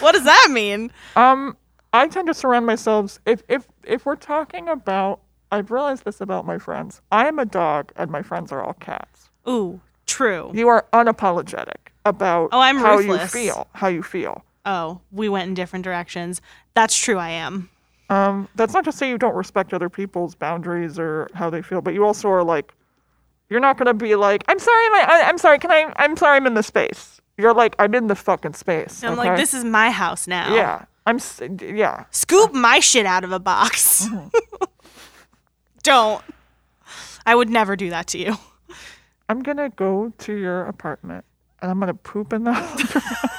Speaker 2: what does that mean?
Speaker 1: Um, I tend to surround myself. If if if we're talking about, I've realized this about my friends. I am a dog, and my friends are all cats.
Speaker 2: Ooh, true.
Speaker 1: You are unapologetic about
Speaker 2: Oh, I'm
Speaker 1: how
Speaker 2: ruthless.
Speaker 1: you feel. How you feel.
Speaker 2: Oh, we went in different directions. That's true, I am.
Speaker 1: Um, that's not to say you don't respect other people's boundaries or how they feel, but you also are like, you're not gonna be like, I'm sorry, my, I, I'm sorry, can I? I'm sorry, I'm in the space. You're like, I'm in the fucking space.
Speaker 2: I'm
Speaker 1: okay?
Speaker 2: like, this is my house now.
Speaker 1: Yeah, I'm. s- Yeah,
Speaker 2: Scoop my shit out of a box. Don't. I would never do that to you.
Speaker 1: I'm gonna go to your apartment and I'm gonna poop in the.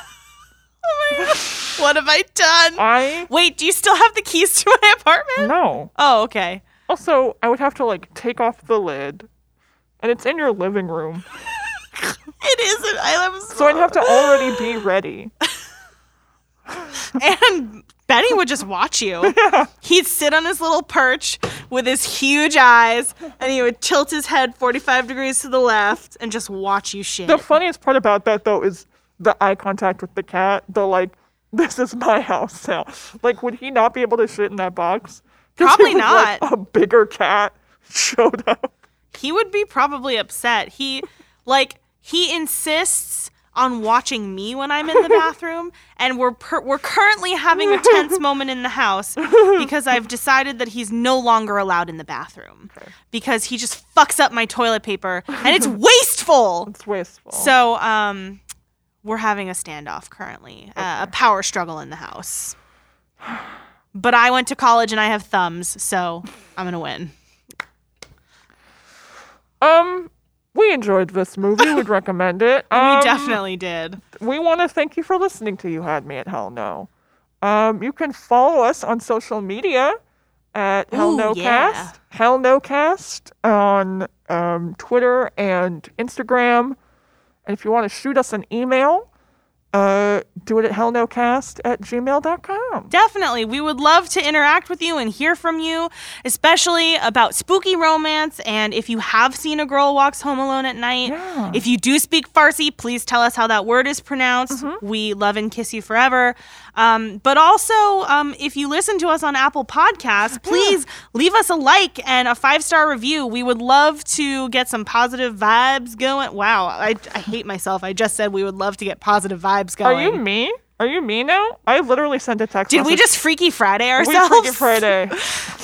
Speaker 2: What have I done?
Speaker 1: I
Speaker 2: Wait, do you still have the keys to my apartment?
Speaker 1: no.
Speaker 2: Oh, okay.
Speaker 1: Also, I would have to like take off the lid, and it's in your living room,
Speaker 2: It isn't. I live
Speaker 1: so I'd have to already be ready.
Speaker 2: And Benny would just watch you. He'd sit on his little perch with his huge eyes and he would tilt his head 45 degrees to the left and just watch you shit.
Speaker 1: The funniest part about that though is the eye contact with the cat. The like, this is my house now. Like, would he not be able to shit in that box? 'Cause
Speaker 2: Probably
Speaker 1: if, like,
Speaker 2: not.
Speaker 1: a bigger cat showed up.
Speaker 2: he would be probably upset. He, like, he insists on watching me when I'm in the bathroom and we're per- we're currently having a tense moment in the house because I've decided that he's no longer allowed in the bathroom because he just fucks up my toilet paper and it's wasteful.
Speaker 1: It's wasteful.
Speaker 2: So, um, we're having a standoff currently, uh, a power struggle in the house. But I went to college and I have thumbs, so I'm gonna win.
Speaker 1: um, we enjoyed this movie. We'd recommend it.
Speaker 2: We
Speaker 1: Um,
Speaker 2: definitely did.
Speaker 1: we want to thank you for listening to You Had Me at Hell No. Um, you can follow us on social media at Hell
Speaker 2: Ooh,
Speaker 1: No
Speaker 2: yeah.
Speaker 1: Cast, Hell No Cast on um, Twitter and Instagram. And if you want to shoot us an email, uh, do it at hellnocast at gmail.com.
Speaker 2: Definitely. We would love to interact with you and hear from you, especially about spooky romance. And if you have seen a girl walks home alone at night,
Speaker 1: Yeah.
Speaker 2: if you do speak Farsi, please tell us how that word is pronounced.
Speaker 1: Mm-hmm.
Speaker 2: We love and kiss you forever. Um, but also, um, if you listen to us on Apple Podcasts, please leave us a like and a five star review. We would love to get some positive vibes going. Wow, I, I hate myself. I just said we would love to get positive vibes
Speaker 1: Are
Speaker 2: going.
Speaker 1: you me? Are you me now? I literally sent a text.
Speaker 2: Did we
Speaker 1: message.
Speaker 2: just Freaky Friday
Speaker 1: We
Speaker 2: ourselves?
Speaker 1: freaking Friday?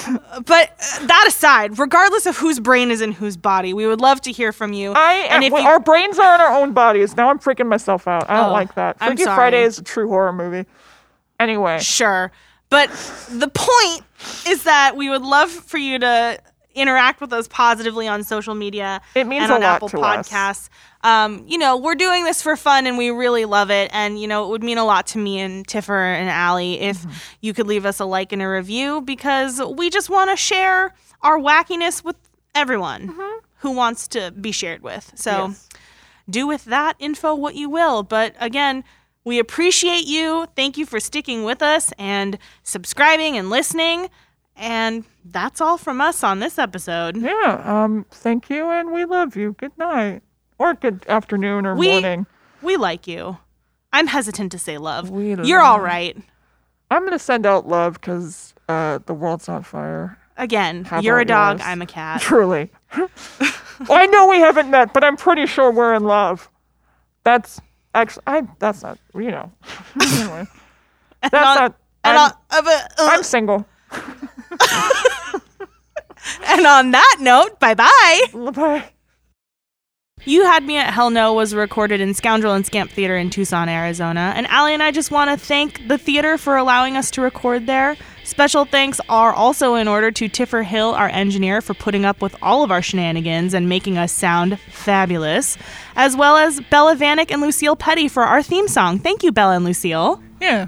Speaker 2: But uh, that aside, regardless of whose brain is in whose body, we would love to hear from you.
Speaker 1: I
Speaker 2: and if
Speaker 1: we-
Speaker 2: you,
Speaker 1: our brains are in our own bodies. Now I'm freaking myself out. I don't
Speaker 2: Oh,
Speaker 1: like that.
Speaker 2: I'm
Speaker 1: Freaky
Speaker 2: sorry.
Speaker 1: Friday is a true horror movie. Anyway,
Speaker 2: sure. But the point is that we would love for you to interact with us positively on social media
Speaker 1: It means
Speaker 2: and
Speaker 1: a
Speaker 2: on
Speaker 1: lot
Speaker 2: Apple
Speaker 1: to us.
Speaker 2: Podcasts. Um, you know, we're doing this for fun and we really love it. And, you know, it would mean a lot to me and Tiffer and Allie if you could leave us a like and a review because we just want to share our wackiness with everyone
Speaker 1: Mm-hmm.
Speaker 2: who wants to be shared with. So.
Speaker 1: Yes.
Speaker 2: do with that info what you will. But again, we appreciate you. Thank you for sticking with us and subscribing and listening. And that's all from us on this episode.
Speaker 1: yeah. Um, thank you, and we love you. Good night, or good afternoon, or
Speaker 2: We-
Speaker 1: morning.
Speaker 2: We like you. I'm hesitant to say love.
Speaker 1: We
Speaker 2: You're all right.
Speaker 1: I'm gonna send out love because uh, the world's on fire.
Speaker 2: Again,
Speaker 1: How
Speaker 2: you're a
Speaker 1: about
Speaker 2: dog,
Speaker 1: yours?
Speaker 2: I'm a cat.
Speaker 1: Truly. well, I know we haven't met, but I'm pretty sure we're in love. That's actually, I. That's not. You know. anyway, that's
Speaker 2: I'll-
Speaker 1: not.
Speaker 2: And
Speaker 1: I'm,
Speaker 2: on, of a- uh,
Speaker 1: I'm single.
Speaker 2: and on that note, bye bye.
Speaker 1: Bye.
Speaker 2: You Had Me at Hell No was recorded in Scoundrel and Scamp Theater in Tucson, Arizona. And Allie and I just want to thank the theater for allowing us to record there. Special thanks are also in order to Tiffer Hill, our engineer, for putting up with all of our shenanigans and making us sound fabulous, as well as Bella Vanek and Lucille Petty for our theme song. Thank you, Bella and Lucille.
Speaker 1: Yeah.